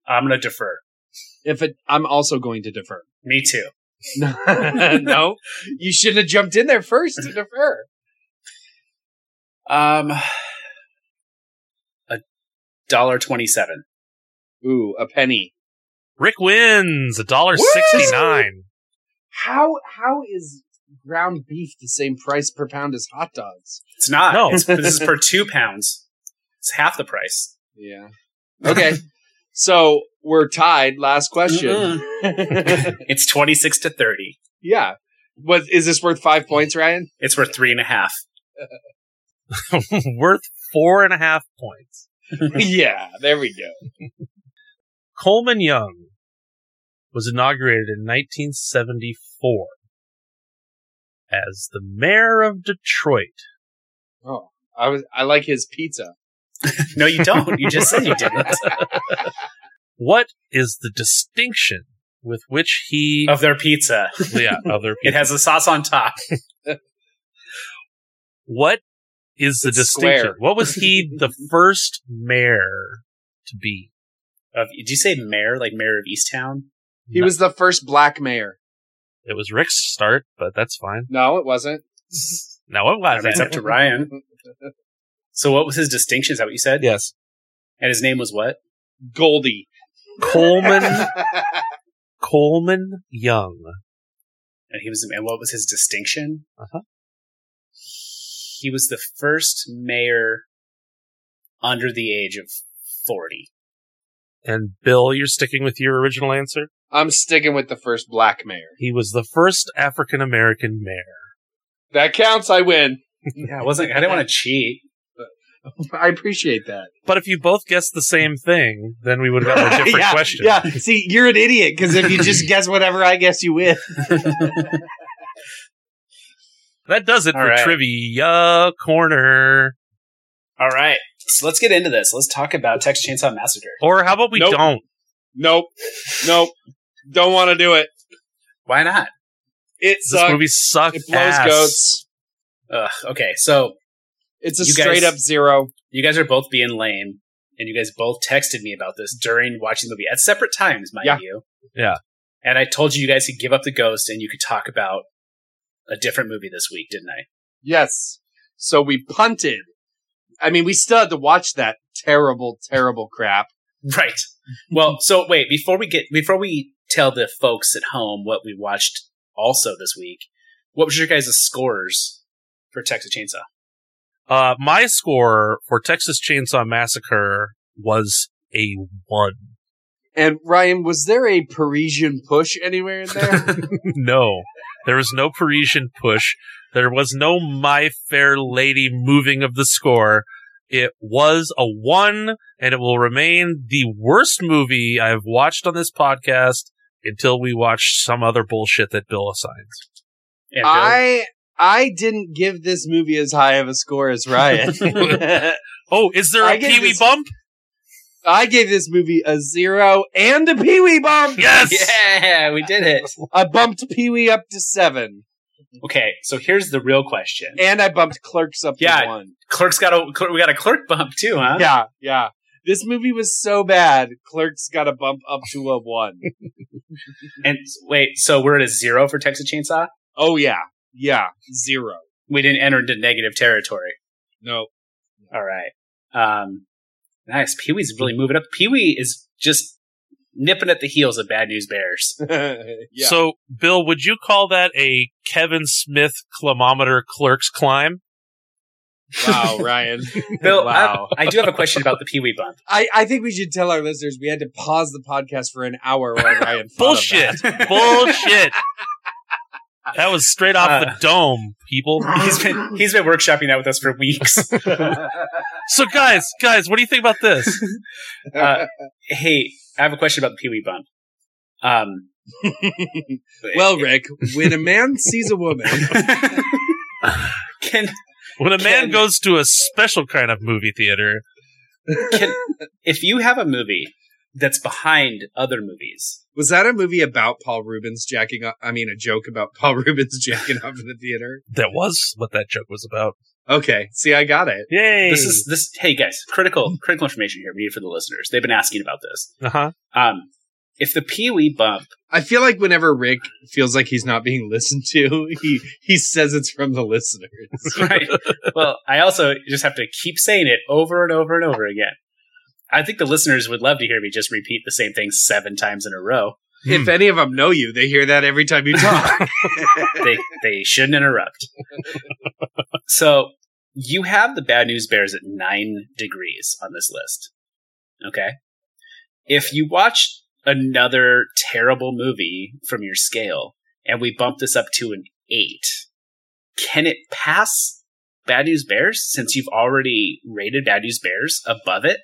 S2: I'm gonna defer.
S3: If it, I'm also going to defer.
S2: Me too.
S3: no, you shouldn't have jumped in there first to defer.
S2: Um, a dollar twenty-seven.
S3: Ooh, a penny.
S1: Rick wins a dollar
S3: Woo!
S1: sixty nine.
S3: How how is ground beef the same price per pound as hot dogs?
S2: It's not.
S1: No.
S2: It's, this is per two pounds. It's half the price.
S3: Yeah. Okay. so we're tied. Last question.
S2: Mm-mm. It's twenty-six to thirty.
S3: yeah. What is this worth five points, Ryan?
S2: It's worth three and a half.
S1: Worth four and a half points.
S3: yeah, there we go.
S1: Coleman Young was inaugurated in 1974 as the mayor of Detroit.
S3: Oh. I was I like his pizza.
S2: No, you don't. You just said you didn't.
S1: What is the distinction with which he
S2: Of their pizza,
S1: yeah other
S2: it
S1: people?
S2: has the sauce on top.
S1: What is the
S3: It's
S1: distinction?
S3: square.
S1: What was he the first mayor to be?
S2: Of, did you say mayor, like mayor of Easttown?
S3: He
S1: No,
S3: was the first black mayor.
S1: It was Rick's start, but that's fine.
S3: No, it wasn't. Mhm.
S1: Now it
S2: I
S1: was
S2: mean, it's up to Ryan. So, what was his distinction? Is that what you said?
S1: yes
S2: And his name was what?
S3: Goldie.
S1: Coleman Coleman Young.
S2: and he was and what was his distinction?
S1: Uh-huh.
S2: He was the first mayor under the age of forty.
S1: And Bill, you're sticking with your original answer.
S3: I'm sticking with the first black mayor.
S1: He was the first African American mayor.
S3: That counts, I win.
S2: Yeah, I wasn't. I didn't want to cheat.
S3: I appreciate that.
S1: But if you both guessed the same thing, then we would have gotten a different
S3: yeah,
S1: question.
S3: Yeah, see, you're an idiot because if you just guess whatever I guess, you win.
S1: That does it
S2: All
S1: for
S2: right.
S1: trivia corner.
S2: All right, so let's get into this. Let's talk about Texas Chainsaw Massacre.
S1: Or how about we
S3: Nope.
S1: don't?
S3: Nope, nope, don't want to do it.
S2: Why not?
S3: It
S1: This
S3: sucks.
S1: movie sucks.
S3: It blows goats.
S2: Ugh, okay, so
S3: It's a
S2: You guys-
S3: straight up zero.
S2: you guys are both being lame, and you guys both texted me about this during watching the movie at separate times, mind
S3: Yeah.
S2: you.
S1: Yeah.
S2: And I told you you guys could give up the ghost and you could talk about a different movie this week, didn't I?
S3: Yes. So we punted. I mean, we still had to watch that terrible, terrible crap.
S2: Right. Well, so wait, before we get before we tell the folks at home what we watched also this week, what was your guys' scores for Texas Chainsaw?
S1: Uh, my score for Texas Chainsaw Massacre was a one.
S3: And Ryan, was there a Parisian push anywhere in there?
S1: no, there was no Parisian push. There was no My Fair Lady moving of the score. It was a one, and it will remain the worst movie I have watched on this podcast until we watch some other bullshit that Bill assigns.
S2: And Bill,
S3: I I didn't give this movie as high of a score as Ryan.
S1: Oh, is there
S3: I
S1: a
S3: get
S1: Pee Wee
S3: this-
S1: bump?
S3: I gave this movie a zero and a Pee Wee bump.
S1: Yes!
S2: Yeah, we did it.
S3: I bumped Pee Wee up to seven,
S2: Okay, so here's the real question.
S3: and I bumped Clerks up
S2: Yeah.
S3: to one.
S2: Clerk's got a clerk, we got a clerk bump too, huh?
S3: Yeah, yeah. This movie was so bad. Clerks got a bump up to a one.
S2: And s- wait, so we're at a zero for Texas Chainsaw?
S3: oh yeah, yeah, zero.
S2: We didn't enter into negative territory.
S3: No,
S2: All right. Um, nice. Pee Wee's really moving up. Pee Wee is just nipping at the heels of Bad News Bears.
S3: yeah.
S1: So, Bill, would you call that a Kevin Smith climometer clerk's climb?
S3: wow, Ryan.
S2: Bill,
S3: wow.
S2: I, I do have a question about the Pee Wee bump.
S3: I, I think we should tell our listeners we had to pause the podcast for an hour while Ryan. thought of
S1: Bullshit!
S3: that.
S1: Bullshit! That was straight off the
S2: Uh.
S1: dome, people.
S2: He's been he's been workshopping that with us for weeks.
S1: So, guys, guys, what do you think about this?
S2: Uh, hey, I have a question about the Pee Wee bump. Um,
S3: Well, Rick, when a man sees a woman,
S2: can
S1: When a man
S2: Ken.
S1: goes to a special kind of movie theater,
S2: can if you have a movie that's behind other movies,
S3: was that a movie about Paul Rubens jacking off? I mean, a joke about Paul Rubens jacking off in the theater.
S1: that was what that joke was about.
S3: Okay. See, I got it.
S1: Yay!
S2: This is this. Hey guys, critical critical information here. We need for the listeners. They've been asking about this.
S1: uh huh.
S2: Um, if the Pee Wee bump,
S3: I feel like whenever Rick feels like he's not being listened to, he he says it's from the listeners.
S1: Hmm.
S2: right? well, I also just have to keep saying it over and over and over again. I think the listeners would love to hear me just repeat the same thing seven times in a row.
S3: If any of them know you, they hear that every time you talk.
S2: They they shouldn't interrupt. So you have the bad news bears at nine degrees on this list. Okay. If you watch another terrible movie from your scale and we bump this up to an eight, can it pass Bad News Bears since you've already rated Bad News Bears above it?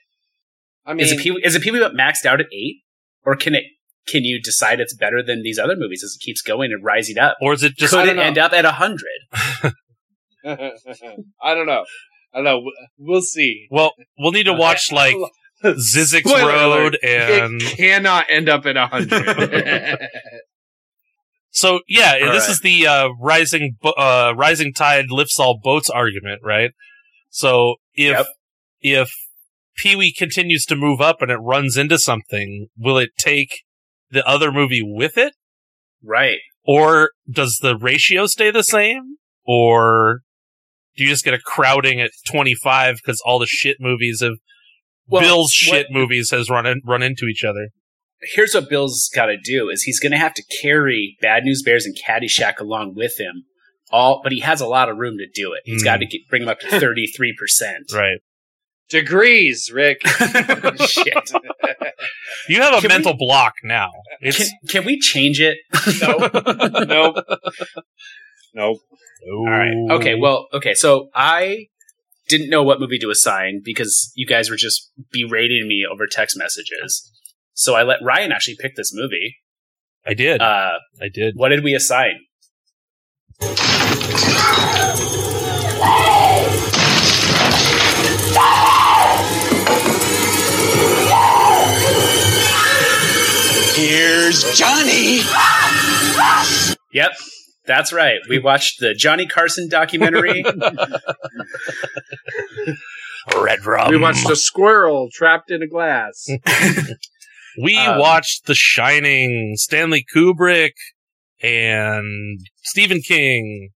S3: I
S2: is it Pee- is it Pee Wee Up maxed out at eight, or can it? Can you decide it's better than these other movies as it keeps going and rising up?
S1: Or is it just?
S2: Could
S3: I
S2: it
S3: don't know.
S2: end up at hundred?
S3: I don't know. I don't know. W- We'll see.
S1: Well, we'll need to watch like Zizix
S3: Spoiler
S1: Road and
S3: it cannot end up at 100.
S1: so yeah.
S2: All
S1: this
S2: right.
S1: is the uh, rising bo- uh, rising tide lifts all boats argument, right? So if
S2: Yep.
S1: if Pee Wee continues to move up and it runs into something, will it take the other movie with it,
S2: Right.
S1: or does the ratio stay the same, or do you just get a crowding at twenty five because all the shit movies have
S2: Well,
S1: Bill's
S2: what-
S1: shit movies has run in, run into each other?
S2: Here's what Bill's got to do: is he's going to have to carry Bad News Bears and Caddyshack along with him. All, but he has a lot of room to do it. He's
S1: Mm.
S2: got to get, bring him up to thirty three percent.
S1: Right.
S3: Degrees, Rick.
S2: Shit.
S1: You have a
S2: Can we-
S1: mental block now. It's
S2: Can, can we change it?
S3: Nope. Nope. Nope.
S2: All right. Okay. Well, okay. So I didn't know what movie to assign because you guys were just berating me over text messages. So I let Ryan actually pick this movie.
S1: I did.
S2: Uh,
S1: I did.
S2: what did we assign?
S4: Here's Johnny.
S2: Yep. That's right. We watched the Johnny Carson documentary.
S1: Red rum.
S3: we watched a squirrel trapped in a glass.
S1: We
S2: um,
S1: watched The Shining, Stanley Kubrick, and Stephen King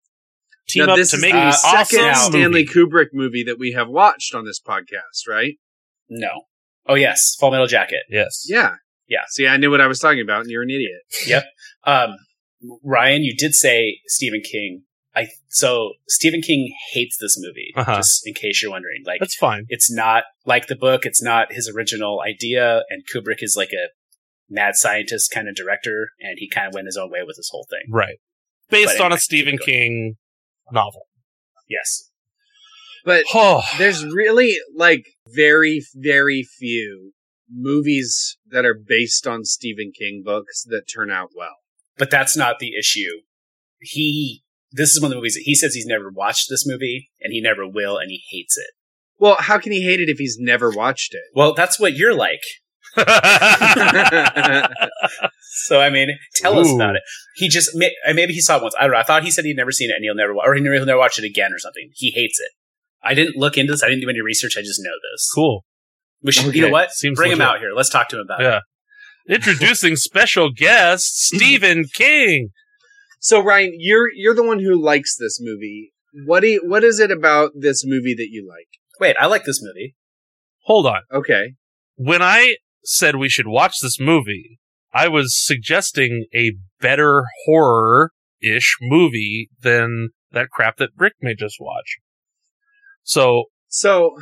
S1: team
S3: Now,
S1: up
S3: this
S1: to
S3: is
S1: make
S3: the
S1: an awesome
S3: second Stanley
S1: Stanley.
S3: Kubrick movie that we have watched on this podcast, right?
S2: no. Oh yes, Full Metal Jacket.
S1: Yes.
S3: Yeah.
S2: Yeah.
S3: See, I knew what I was talking about, and you're an idiot.
S2: Um, Ryan, you did say Stephen King. I so Stephen King hates this movie.
S1: Uh-huh.
S2: Just in case you're wondering, like
S1: That's fine.
S2: it's not like the book it's not his original idea and kubrick is like a mad scientist kind of director and he kind of went his own way with this whole thing
S1: Right. Based on
S2: But
S1: a
S2: anyway,
S1: Stephen
S2: keep
S1: King novel.
S2: yes
S3: But
S1: Oh,
S3: there's really like very, very few movies that are based on Stephen King books that turn out well.
S2: but that's not the issue he this is one of the movies that he says he's never watched this movie and he never will and he hates it
S3: Well, how can he hate it if he's never watched it?
S2: well that's what you're like so i mean tell us
S1: Ooh.
S2: about it he just may- uh, maybe he saw it once i don't know i thought he said he'd never seen it and he'll never wa- or he'll never watch it again or something he hates it i didn't look into this i didn't do any research i just know this
S1: cool.
S2: we should,
S3: Okay.
S2: you know what
S1: Seems
S2: bring him
S1: legit.
S2: out here let's talk to him about
S1: Yeah. Introducing special guest Stephen King.
S3: so Ryan, you're you're the one who likes this movie. What do you, what is it about this movie that you like?
S2: Wait, I like this movie.
S1: Hold on.
S3: Okay.
S1: when I said we should watch this movie, I was suggesting a better horror ish movie than that crap that Brick made us watch. So
S3: So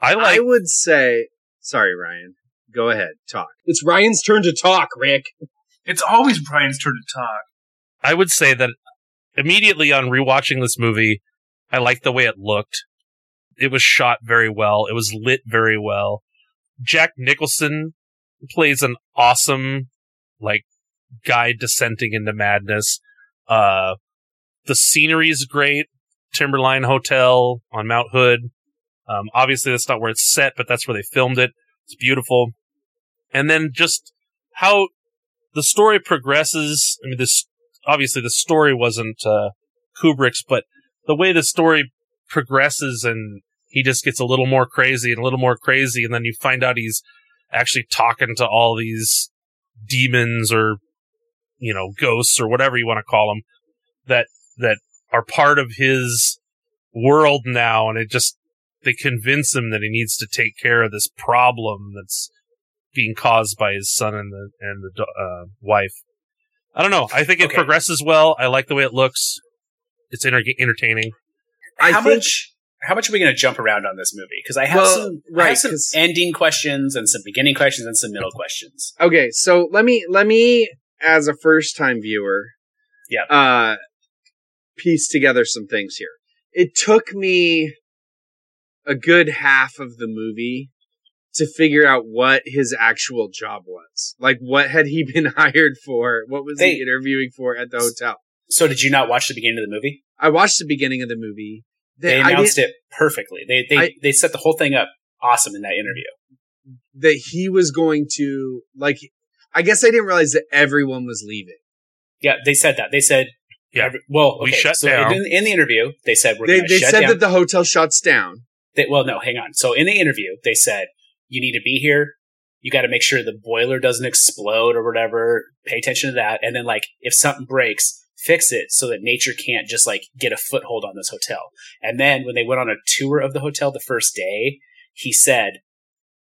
S1: I
S3: I
S1: like
S3: would say, sorry, Ryan. Go ahead, talk. It's Ryan's turn to talk, Rick.
S5: It's always Brian's turn to talk.
S1: I would say that immediately on rewatching this movie, I liked the way it looked. It was shot very well. It was lit very well. Jack Nicholson plays an awesome, like, guy dissenting into madness. Uh, the scenery's great. Timberline Hotel on Mount Hood. Um, obviously that's not where it's set, but that's where they filmed it. It's beautiful. And then just how the story progresses. I mean, this obviously the story wasn't uh, Kubrick's, but the way the story progresses and he just gets a little more crazy and a little more crazy, and then you find out he's actually talking to all these demons or you know ghosts or whatever you want to call them that that are part of his world now, and it just they convince him that he needs to take care of this problem that's being caused by his son and the and the do- uh, wife. I don't know. I think it
S2: Okay.
S1: progresses well. I like the way it looks. It's enter- entertaining.
S3: I
S2: how
S3: think-
S2: much how much are we going to jump around on this movie? Because I have
S3: Well,
S2: some I
S3: right,
S2: have some
S3: 'cause-
S2: ending questions and some beginning questions and some middle questions.
S3: Okay, so let me let me as a first time viewer,
S2: Yep.
S3: uh, piece together some things here. It took me a good half of the movie to figure out what his actual job was. Like, what had he been hired for? What was
S2: They-
S3: he interviewing for at the hotel?
S2: So did you not watch the beginning of the movie?
S3: I watched the beginning of the movie.
S2: They
S3: I didn't-
S2: announced it perfectly. They they
S3: I-
S2: they set the whole thing up awesome in that interview.
S3: that he was going to like. I guess I didn't realize that everyone was leaving.
S2: Yeah, they said that. They said
S1: Yeah.
S2: every- well, okay,
S1: We shut
S2: so
S1: down.
S2: In, in the interview, they said we're
S3: They,
S2: going to
S3: they
S2: shut
S3: said
S2: down.
S3: that the hotel shuts down.
S2: they, well, no, hang on. So in the interview, they said you need to be here. You got to make sure the boiler doesn't explode or whatever. Pay attention to that, and then like if something breaks, fix it so that nature can't just like get a foothold on this hotel. And then when they went on a tour of the hotel the first day, he said,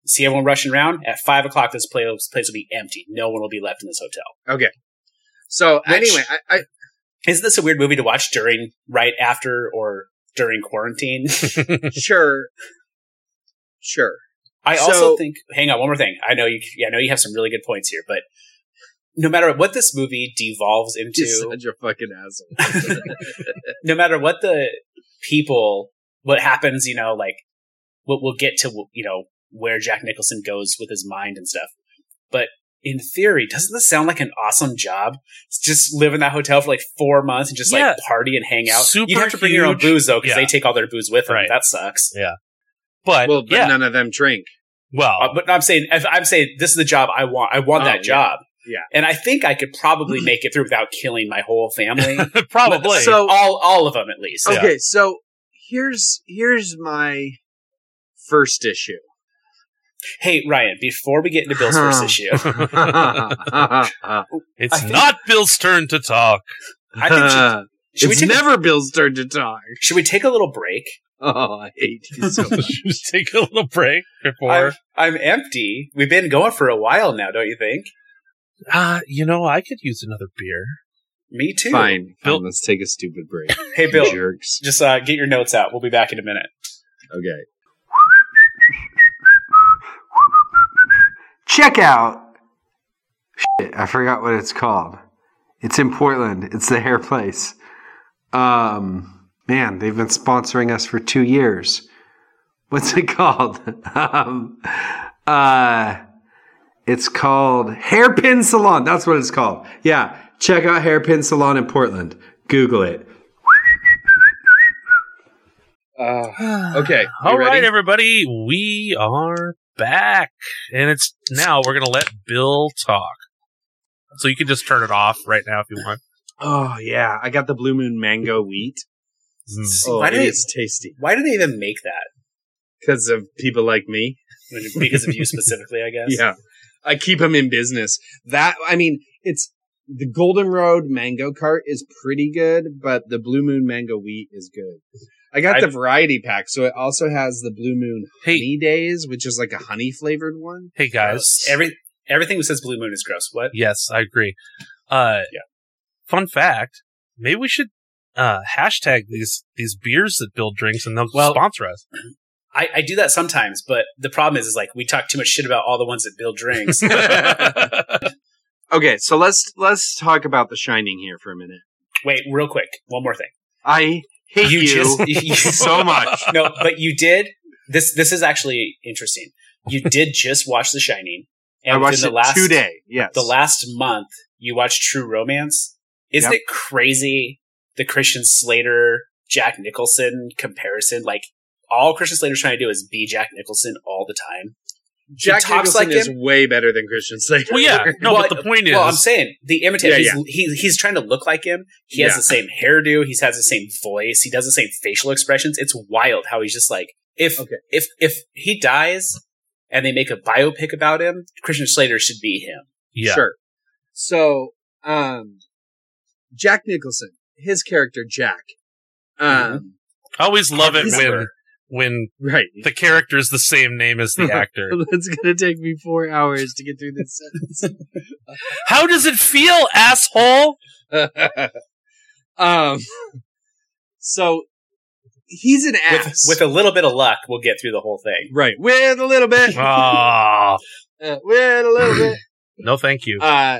S2: "See everyone rushing around at five o'clock. This place place will be empty. No one will be left in this hotel."
S3: So
S2: Which-
S3: anyway, I, I
S2: Isn't this a weird movie to watch during, right after, or during quarantine?
S3: sure, sure.
S2: I
S3: So-
S2: also think. Hang on, one more thing. I know you. I know you have some really good points here, but no matter what this movie devolves
S3: Just
S2: into,
S3: such a fucking asshole.
S2: no matter what the people, what happens, you know, like what we'll get to, you know, where Jack Nicholson goes with his mind and stuff. But in theory, doesn't this sound like an awesome job? Just live in that hotel for like four months and just
S1: Yeah.
S2: like party and hang out.
S1: Super
S2: You'd have to bring your own
S1: huge-
S2: booze though, because
S1: Yeah.
S2: they take all their booze with them.
S1: Right.
S2: That sucks.
S1: But,
S3: well, but
S1: yeah,
S3: none of them drink.
S1: well,
S2: Uh, but I'm saying, if I'm saying this is the job I want. I want
S3: Oh,
S2: that
S3: yeah.
S2: job.
S3: Yeah.
S2: And I think I could probably make it through without killing my whole family.
S1: Uh, probably.
S3: So-
S2: all, all of them at least.
S1: Yeah.
S3: Okay, so here's here's my first issue.
S2: Hey, Ryan, before we get into Bill's
S3: Huh.
S2: first issue,
S3: it's
S1: it's
S2: I think-
S1: not Bill's turn to talk.
S2: I think should, should we take a,
S3: never Bill's turn to talk.
S2: should we take a little break?
S3: Oh, I hate you so much.
S1: Just take a little break
S2: I'm,
S1: before.
S2: I'm empty. We've been going for a while now, don't you think?
S1: Ah, you know, I could use another beer.
S2: Me too.
S3: Fine,
S1: Bill-
S3: fine. Let's take a stupid break.
S2: Hey,
S3: you
S2: Bill,
S3: jerks.
S2: just uh, get your notes out. We'll be back in a minute.
S3: Okay.
S6: check out. Shit, I forgot what it's called. It's in Portland. It's the hair place. Um, man, they've been sponsoring us for two years. What's it called? um, uh, it's called Hairpin Salon. That's what it's called. Yeah, check out Hairpin Salon in Portland. Google it.
S3: Uh, okay. you
S1: All right,
S3: ready?
S1: everybody, we are back, and it's now we're gonna let Bill talk. So you can just turn it off right now if you want.
S3: Oh yeah, I got the Blue Moon mango wheat.
S1: Mm.
S3: Oh,
S2: why
S3: it
S2: did I-
S3: is tasty
S2: Why do they even make that?
S3: because of people like me.
S2: Because of you specifically, I guess.
S3: Yeah, I keep them in business. That I mean, it's the Golden Road mango cart is pretty good, but the Blue Moon mango wheat is good. I got
S2: I-
S3: the variety pack, so it also has the Blue Moon
S1: Hey,
S3: Honey Days, which is like a honey flavored one.
S1: hey, guys.
S2: Gross. Every everything that says blue moon is gross. What?
S1: yes, I agree. Uh,
S2: Yeah.
S1: Fun fact: maybe we should uh, hashtag these these beers that Bill drinks, and they'll
S2: Well-
S1: sponsor us.
S2: I, I do that sometimes, but the problem is, is like we talk too much shit about all the ones that Bill drinks.
S3: Okay, so let's let's talk about The Shining here for a minute.
S2: Wait, real quick, one more thing.
S3: I hate you, so much.
S2: no, but you did this. This is actually interesting. You did just watch The Shining,
S3: I watched
S2: within
S3: it today. Yes,
S2: the last month you watched True Romance. Isn't
S3: Yep.
S2: it crazy the Christian Slater Jack Nicholson comparison? Like all Christian Slater's trying to do is be Jack Nicholson all the time.
S3: Jack
S2: he talks
S3: Nicholson
S2: like
S3: is
S2: him.
S3: way better than Christian Slater.
S1: Well, yeah. No, but the point is,
S2: Well, I'm saying the imitator.
S3: Yeah,
S2: he's, He, he's trying to look like him. He has
S3: Yeah.
S2: the same hairdo. He has the same voice. He does the same facial expressions. It's wild how he's just like if
S3: Okay.
S2: if if he dies and they make a biopic about him, Christian Slater should be him.
S1: yeah,
S3: Sure. So, um, Jack Nicholson, his character Jack, um,
S2: Mm-hmm.
S1: I always love it when
S3: Whisper.
S1: when
S3: right.
S1: the character is the same name as the actor.
S3: That's gonna take me four hours to get through this sentence.
S1: How does it feel, asshole?
S3: um, so he's an ass
S2: With a little bit of luck, we'll get through the whole thing.
S3: right with a little bit,
S1: Ah,
S3: uh, with a little bit.
S1: no, thank you.
S3: Uh,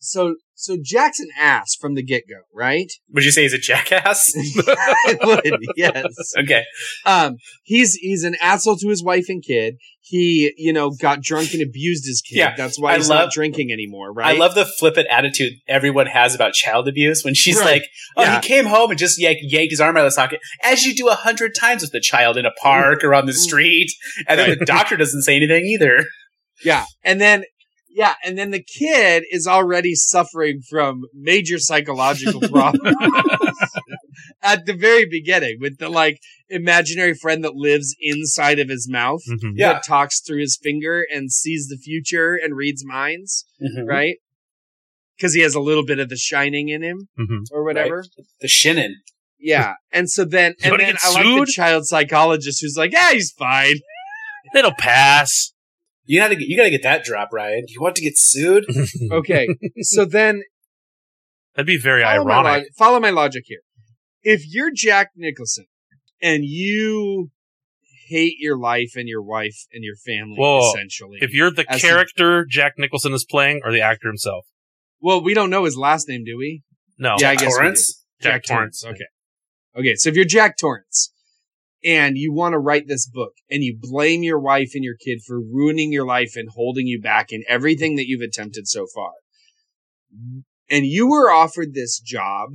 S3: so so Jack's an ass from the get go, right?
S2: Would you say he's a jackass?
S3: I would, yes.
S2: okay,
S3: Um, he's he's an asshole to his wife and kid. He, you know, got drunk and abused his kid.
S2: Yeah,
S3: That's why
S2: I
S3: he's
S2: love-
S3: not drinking anymore, right?
S2: I love the flippant attitude everyone has about child abuse when she's
S3: Right.
S2: like, "Oh,
S3: Yeah.
S2: he came home and just yank, yanked his arm out of the socket," as you do a hundred times with a child in a park or on
S3: Mm-hmm.
S2: the street, and then the doctor doesn't say anything either.
S3: Yeah. And then yeah, and then the kid is already suffering from major psychological problems
S1: Mm-hmm,
S3: at the very beginning with the like imaginary friend that lives inside of his mouth
S1: Mhm.
S2: Yeah.
S3: that talks through his finger and sees the future and reads minds,
S2: Mm-hmm.
S1: Mm-hmm.
S3: right? Because he has a little bit of the shining in him
S1: Mhm.
S3: or whatever.
S2: The Shannon.
S3: Yeah, and so then
S1: You
S3: and
S1: wanna
S3: then
S1: get
S3: I like
S1: sued?
S3: the child psychologist who's like, "Yeah, he's fine."
S1: It'll pass.
S2: You gotta, you gotta get that drop, Ryan. You want to get sued?
S1: That'd
S3: Okay, so then
S1: be very
S3: follow my,
S1: ironic.
S3: log- follow my logic here. If you're Jack Nicholson and you hate your life and your wife and your family,
S1: Whoa.
S3: essentially,
S1: If you're the
S3: As he-
S1: character Jack Nicholson is playing, or the actor himself,
S3: well, we don't know his last name, do we?
S1: no,
S3: Yeah, I guess we
S2: Torrance.
S3: Jack, Torrance. Okay, okay. So if you're Jack Torrance and you want to write this book and you blame your wife and your kid for ruining your life and holding you back in everything that you've attempted so far, and you were offered this job,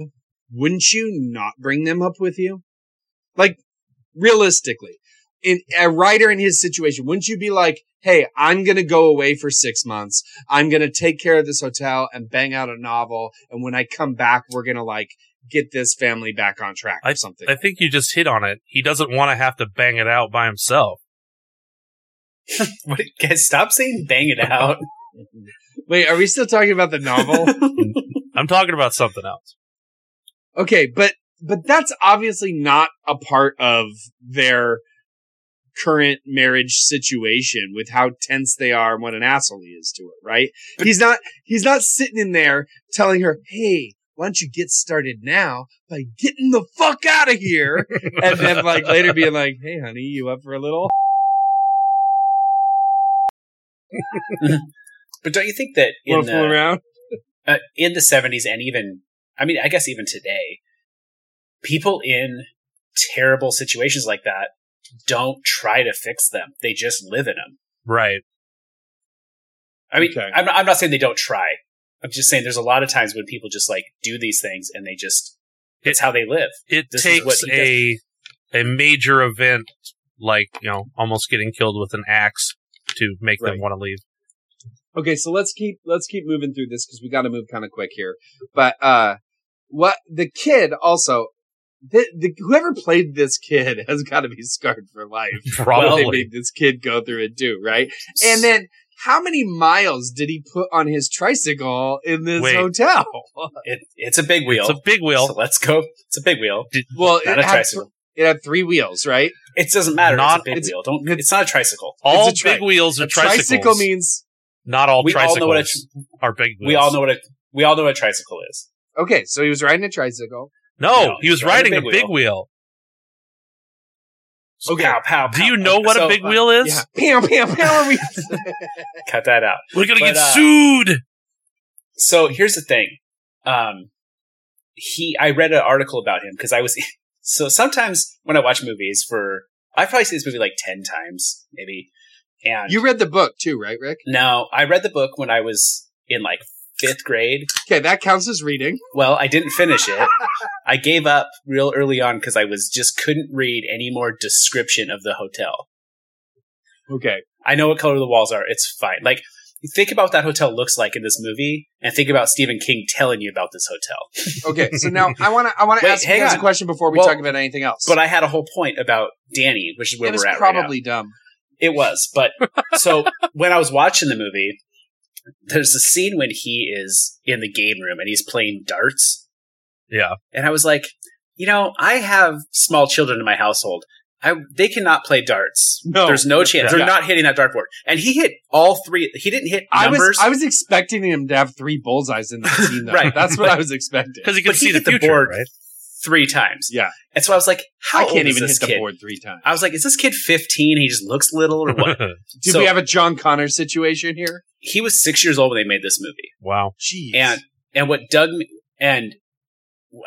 S3: wouldn't you not bring them up with you? Like, realistically, in a writer in his situation, wouldn't you be like, Hey, I'm going to go away for six months. I'm going to take care of this hotel and bang out a novel. And when I come back, we're going to like get this family back on track or something.
S1: I think you just hit on it. He doesn't want to have to bang it out by himself.
S2: What, guys, stop saying "bang it out."
S3: Wait, are we still talking about the novel?
S1: I'm talking about something else.
S3: Okay, but but that's obviously not a part of their current marriage situation with how tense they are and what an asshole he is to her, right? he's not he's not sitting in there telling her, "Hey, why don't you get started now by getting the fuck out of here?" and then like later being like, "Hey, honey, you up for a little?"
S2: But don't you think that in
S3: Wanna fool
S2: the-
S3: around?
S2: uh, in the 70s and even i mean i guess even today people in terrible situations like that don't try to fix them they just live in them
S1: Right.
S2: i mean
S3: Okay.
S2: I'm, I'm not saying they don't try i'm just saying there's a lot of times when people just like do these things and they just it's how they live
S1: It
S2: This is what
S1: takes
S2: he
S1: a a major event like, you know, almost getting killed with an axe to make them
S3: Right.
S1: want to leave.
S3: Okay, so let's keep let's keep moving through this because we got to move kind of quick here. But uh what the kid also the, the, whoever played this kid has got to be scarred for life. They
S1: Probably.
S3: made this kid go through it too, right? And then how many miles did he put on his tricycle in this
S1: Wait.
S3: hotel?
S2: it, it's a big wheel
S1: it's a big wheel.
S2: so let's go it's a big wheel
S3: Well,
S2: not
S3: it
S2: a
S3: had,
S2: tricycle
S3: it had three wheels, right?
S2: it doesn't matter
S1: Not-
S2: it's a big
S3: it's-
S2: wheel don't it's not a tricycle
S1: all
S3: it's a tri-
S1: big wheels are
S3: A tricycle
S1: tricycles.
S3: means
S1: Not all
S2: we
S1: tricycles
S2: all know what a,
S1: are big wheels.
S2: we all know what a we all know what a tricycle is
S3: okay. So he was riding a tricycle.
S1: No,
S2: No,
S1: he was
S2: you're on a
S1: riding a
S2: big
S1: big wheel.
S3: Okay.
S2: Pow, pow,
S1: Do
S2: pow.
S1: you know what
S2: So,
S1: a big
S2: uh,
S1: wheel is?
S3: Yeah, pam, pam, pam. Are we?
S2: cut that out
S1: We're gonna
S2: But,
S1: get
S2: uh,
S1: sued.
S2: so here's the thing um he i read an article about him because i was so sometimes when i watch movies for i've probably seen this movie like 10 times maybe and
S3: you read the book too, right, Rick?
S2: no i read the book when i was in like fifth grade
S3: Okay, that counts as reading.
S2: well i didn't finish it i gave up real early on because i was just couldn't read any more description of the hotel
S3: Okay.
S2: I know what color the walls are. It's fine. Like, think about what that hotel looks like in this movie, and think about Stephen King telling you about this hotel.
S3: Okay. So now I want to I want to
S2: Wait,
S3: ask you
S2: hang
S3: guys
S2: on.
S3: a question before we
S2: Well,
S3: talk about anything else.
S2: But I had a whole point about Danny, which is where
S3: it was
S2: we're at right now.
S3: probably dumb.
S2: It was, but so when I was watching the movie, there's a scene when he is in the game room and he's playing darts,
S1: Yeah.
S2: and I was like, you know, I have small children in my household. I, they cannot play darts.
S3: No.
S2: There's no chance. They're
S3: Yeah.
S2: not hitting that dartboard. And he hit all three. He didn't hit
S3: I
S2: numbers.
S3: was I was expecting him to have three bullseyes in that scene. Though.
S2: Right.
S3: That's what I was expecting.
S1: Because he can
S2: But he
S1: see the
S2: hit the
S1: future,
S2: board.
S1: right?
S2: three times.
S3: Yeah.
S2: And so I was like, how
S3: I
S2: old
S3: can't
S2: is
S3: even
S2: this
S3: hit the
S2: kid?
S3: board three times.
S2: I was like, is this kid 15? He just looks little or what?
S3: Do
S2: So-
S3: we have a John Connor situation here?
S2: he was six years old when they made this movie.
S1: wow.
S3: Jeez.
S2: And and what dug me and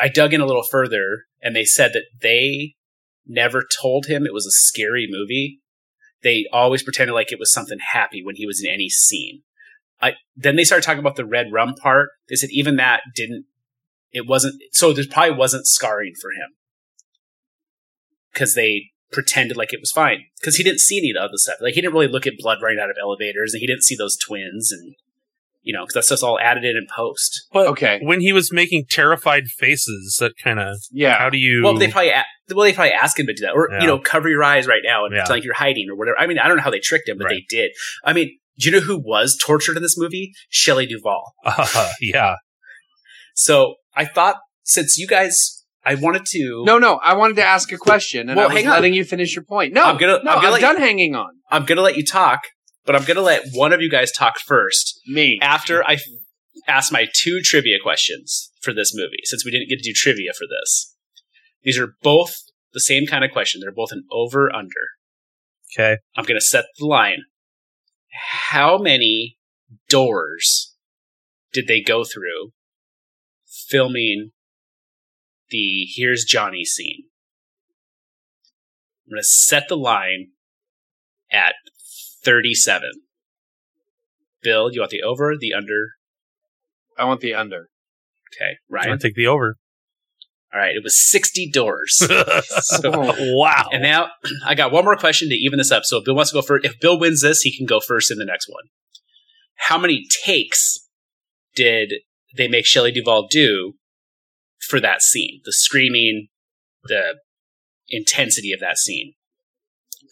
S2: I dug in a little further and they said that they never told him it was a scary movie. They always pretended like it was something happy when he was in any scene. I then they started talking about the red rum part. They said even that didn't it wasn't so there probably wasn't scarring for him. Cause they pretended like it was fine. Because he didn't see any of the other stuff. Like he didn't really look at blood running out of elevators and he didn't see those twins and you know, because that's just all added in and post.
S1: But
S3: okay.
S1: when he was making terrified faces, that kind of
S3: Yeah.
S1: how do you?
S2: Well, they probably a- well they probably ask him to do that, or
S1: Yeah.
S2: you know, cover your eyes right now and
S1: Yeah.
S2: pretend like you're hiding or whatever. I mean, I don't know how they tricked him, but they did. I mean, do you know who was tortured in this movie? Shelley Duvall.
S1: yeah.
S2: So I thought since you guys, I wanted to.
S3: No, no. I wanted to ask a question, and
S2: Well,
S3: I was
S2: hang on.
S3: letting you finish your point. No,
S2: I'm gonna-
S3: no,
S2: I'm
S3: I'm,
S2: gonna let you-
S3: done hanging on.
S2: I'm gonna let you talk, but I'm gonna let one of you guys talk first
S3: Me.
S2: after I f- ask my two trivia questions for this movie. Since we didn't get to do trivia for this, these are both the same kind of question. They're both an over under.
S1: Okay.
S2: I'm going to set the line. How many doors did they go through filming the Here's Johnny scene? I'm going to set the line at 37. Bill, you want the over, the under?
S3: I want the under.
S2: Okay,
S1: I'm
S2: Ryan.
S1: gonna take the over.
S2: All right, it was 60 doors. So-
S1: wow.
S2: and now I got one more question to even this up. So if Bill wants to go first, if Bill wins this, he can go first in the next one. How many takes did they make Shelley Duvall do for that scene? The screaming, the intensity of that scene.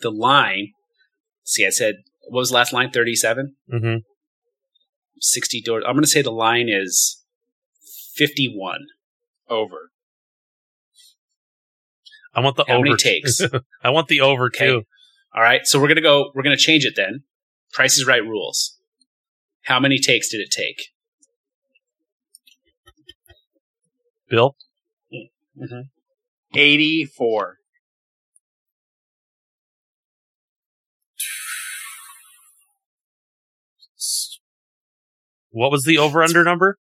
S2: The line, see, I said, what was the last line? 37?
S1: hmm
S2: 60 doors. I'm going to say the line is 51.
S3: Over.
S1: I want the
S2: How
S1: over
S2: many takes?
S1: I want the over
S2: Okay.
S1: too.
S2: All right, so we're gonna go. We're gonna change it then. Price is Right rules. How many takes did it take?
S1: Bill,
S3: Eighty-four.
S1: what was the over under number?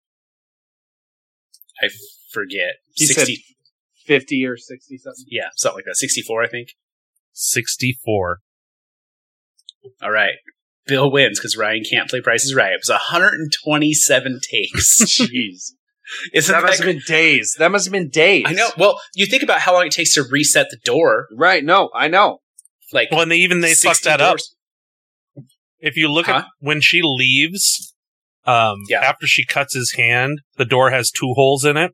S2: I forget.
S3: He said-
S2: Sixty,
S3: Fifty or sixty something.
S2: yeah, something like that. Sixty-four, I think.
S1: Sixty four.
S2: All right, Bill wins because Ryan can't play Price is Right. It was 127 takes.
S3: Jeez.
S2: Isn't
S3: That
S2: that?
S3: must have been days. That must have been days.
S2: I know. Well, you think about how long it takes to reset the door.
S3: Right. No, I know.
S2: Like
S1: Well, and they even they fucked
S2: 60
S1: that up.
S2: doors.
S1: If you look at
S2: Huh?
S1: when she leaves, um,
S2: Yeah.
S1: after she cuts his hand, the door has two holes in it.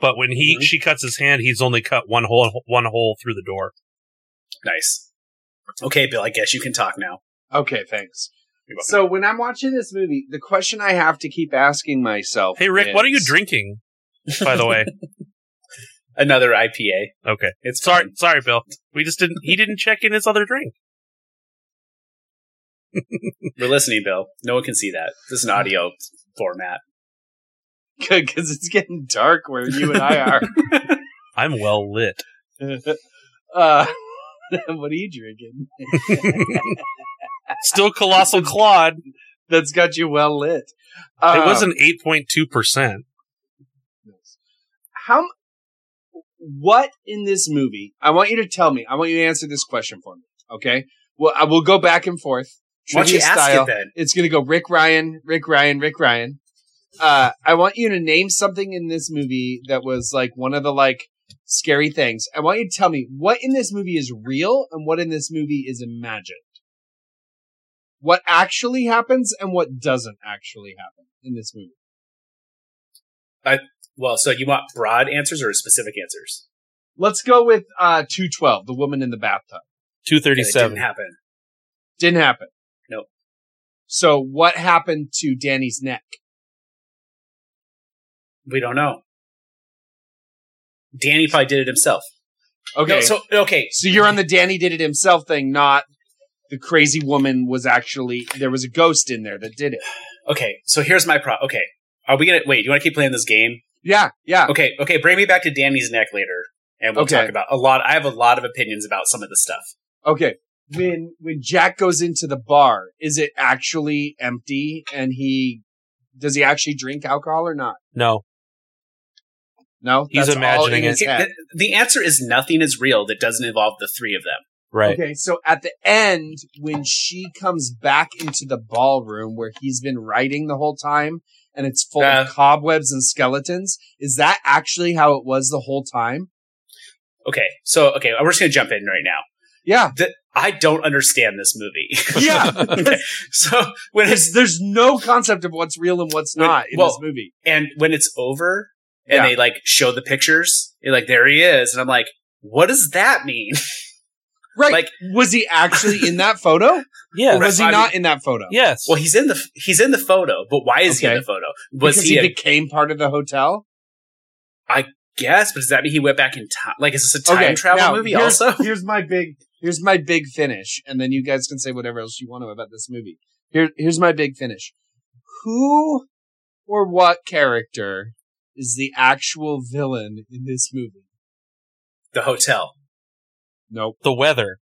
S1: But when he
S2: Mhm.
S1: she cuts his hand, he's only cut one hole one hole through the door.
S2: Nice. Okay, Bill. I guess you can talk now.
S3: Okay, thanks.
S2: You're welcome.
S3: So when I'm watching this movie, the question I have to keep asking myself
S1: Hey Rick, what are you
S3: is-
S1: drinking? By the way,
S2: Another IPA.
S1: okay.
S2: It's
S1: Sorry,
S2: fine.
S1: sorry, Bill. We just didn't. He didn't check in his other drink.
S2: We're listening, Bill. No one can see that. This is an audio format.
S3: Good, because it's getting dark where you and I are.
S1: I'm well lit.
S3: uh, what are you drinking?
S1: Still colossal Claude.
S3: That's got you well lit.
S1: It
S3: Um,
S1: was an eight point two percent.
S3: How? m- What in this movie? I want you to tell me. I want you to answer this question for me. Okay. Well, I will go back and forth.
S2: Why don't you
S3: trivia
S2: ask
S3: style.
S2: it then?
S3: It's going to go Rick Ryan, Rick Ryan, Rick Ryan. Uh, I want you to name something in this movie that was like one of the like scary things. I want you to tell me what in this movie is real and what in this movie is imagined. what actually happens and what doesn't actually happen in this movie.
S2: Well, so you want broad answers or specific answers?
S3: Let's go with uh 212, the woman in the bathtub.
S1: Two
S2: Okay,
S1: thirty
S2: that didn't
S1: seven.
S2: happen.
S3: Didn't happen.
S2: Nope.
S3: So what happened to Danny's neck?
S2: We don't know. Danny probably did it himself.
S3: Okay.
S2: No,
S3: so,
S2: so okay,
S3: so you're on the Danny did it himself thing, not the crazy woman was actually there was a ghost in there that did it.
S2: okay. So here's my pro. Okay, are we gonna wait? You want to keep playing this game?
S3: Yeah, yeah.
S2: Okay, okay. Bring me back to Danny's neck later, and we'll
S3: Okay.
S2: talk about a lot. I have a lot of opinions about some of the stuff.
S3: Okay. When when Jack goes into the bar, is it actually empty and he does he actually drink alcohol or not?
S1: No,
S3: No?
S1: He's
S3: That's all
S1: imagining
S3: in his
S2: It-
S3: head.
S2: the, the answer is nothing is real that doesn't involve the three of them.
S1: right.
S3: Okay, so at the end, when she comes back into the ballroom where he's been writing the whole time and it's full of
S2: Uh.
S3: cobwebs and skeletons, is that actually how it was the whole time?
S2: Okay, so okay, we're just gonna jump in right now.
S3: Yeah.
S2: I don't understand this movie.
S3: Yeah.
S2: so when
S3: There's,
S2: it's
S3: there's no concept of what's real and what's
S2: When-
S3: not in
S2: well,
S3: this movie.
S2: and when it's over and
S3: Yeah.
S2: they like show the pictures, you're like, there he is, and I'm like, what does that mean?
S3: Right.
S2: like-
S3: was he actually in that photo?
S1: Yeah.
S3: Or was he
S2: I mean-
S3: not in that photo?
S1: Yes.
S2: Well, he's in the he's in the photo, but why is he in
S3: Okay.
S2: the photo? Was
S3: Because he,
S2: he? a
S3: became part of the hotel?
S2: guess, but does that mean he went back in time? Like, is this a time travel
S3: now,
S2: movie?
S3: here's-
S2: Also,
S3: here's my big here's my big finish, and then you guys can say whatever else you want to about this movie. Here, here's my big finish. Who or what character is the actual villain in this movie?
S2: the hotel.
S3: Nope.
S1: the weather.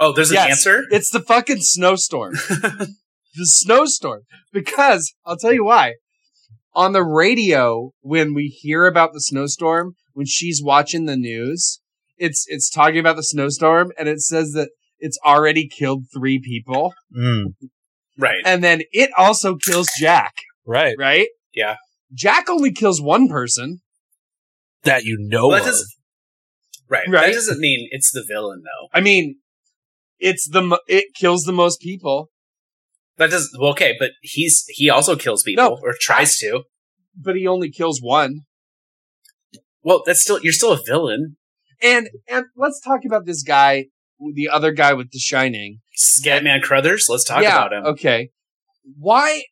S2: Oh, there's an
S3: Yes.
S2: answer.
S3: It's the fucking snowstorm. the snowstorm. Because I'll tell you why. On the radio, when we hear about the snowstorm, when she's watching the news, it's it's talking about the snowstorm and it says that it's already killed three people.
S2: Hmm. Right.
S3: And then it also kills Jack,
S1: Right.
S3: right?
S2: Yeah.
S3: Jack only kills one person.
S1: That you know
S2: Well, that
S1: of.
S2: doesn't- Right.
S3: Right.
S2: That doesn't mean it's the villain though.
S3: I mean, it's the mo- it kills the most people,
S2: That does well, okay, but he's he also kills people
S3: No.
S2: or tries to.
S3: but he only kills one.
S2: Well, that's still you're still a villain.
S3: And and let's talk about this guy, the other guy with The Shining.
S2: Scatman Crothers. Let's talk
S3: Yeah,
S2: about him.
S3: Okay. Why?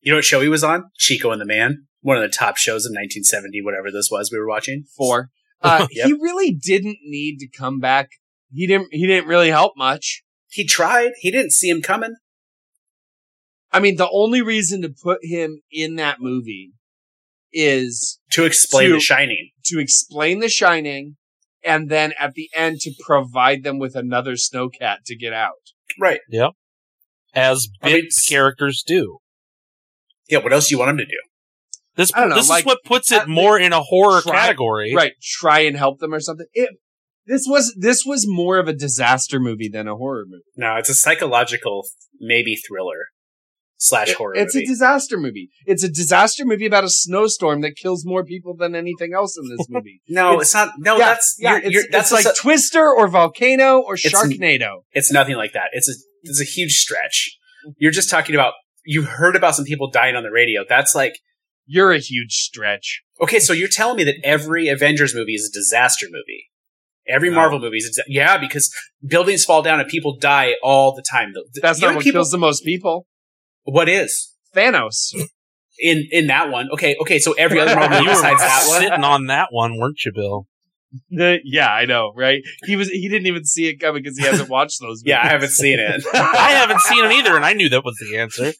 S2: You know what show he was on? Chico and the Man, one of the top shows of 1970, whatever this was we were watching.
S3: Four. Uh,
S2: Yep.
S3: He really didn't need to come back. He didn't. He didn't really help much.
S2: He tried. He didn't see him coming.
S3: I mean, the only reason to put him in that movie is
S2: To explain
S3: To-
S2: The Shining.
S3: to explain The Shining, and then at the end to provide them with another snowcat to get out.
S2: Right.
S1: As
S2: I
S1: big
S2: mean, s-
S1: characters do.
S2: Yeah, what else do you want him to do?
S1: This
S3: I don't know,
S1: this
S3: like,
S1: is what puts
S3: at
S1: it more in a horror
S3: try-
S1: category.
S3: Right. Try and help them or something. It, this was this was more of a disaster movie than a horror movie.
S2: No, it's a psychological, maybe thriller slash
S3: It-
S2: horror
S3: it's
S2: movie.
S3: a disaster movie. It's a disaster movie about a snowstorm that kills more people than anything else in this movie.
S2: no, it's, not. No,
S3: yeah,
S2: that's
S3: yeah,
S2: you're,
S3: it's,
S2: you're, that's
S3: it's like
S2: like
S3: Twister or Volcano or
S2: It's-
S3: Sharknado.
S2: it's nothing like that. It's a it's a huge stretch. You're just talking about you heard about some people dying on the radio. That's like
S3: You're a huge stretch.
S2: okay, so you're telling me that every Avengers movie is a disaster movie. Every Marvel movie is a disa- yeah, because buildings fall down and people die all the time. The- the-
S3: That's
S2: you
S3: not
S2: know
S3: what
S2: people-
S3: kills the most people.
S2: What is
S3: Thanos.
S2: in in that one? Okay, okay, so every other Marvel
S1: You
S2: movie
S1: were
S2: besides that one.
S1: sitting on that one, weren't you, Bill?
S3: yeah, I know, right? He was he didn't even see it coming because he hasn't watched those. Movies.
S2: Yeah, I haven't seen it.
S1: I haven't seen it either, and I knew that was the answer.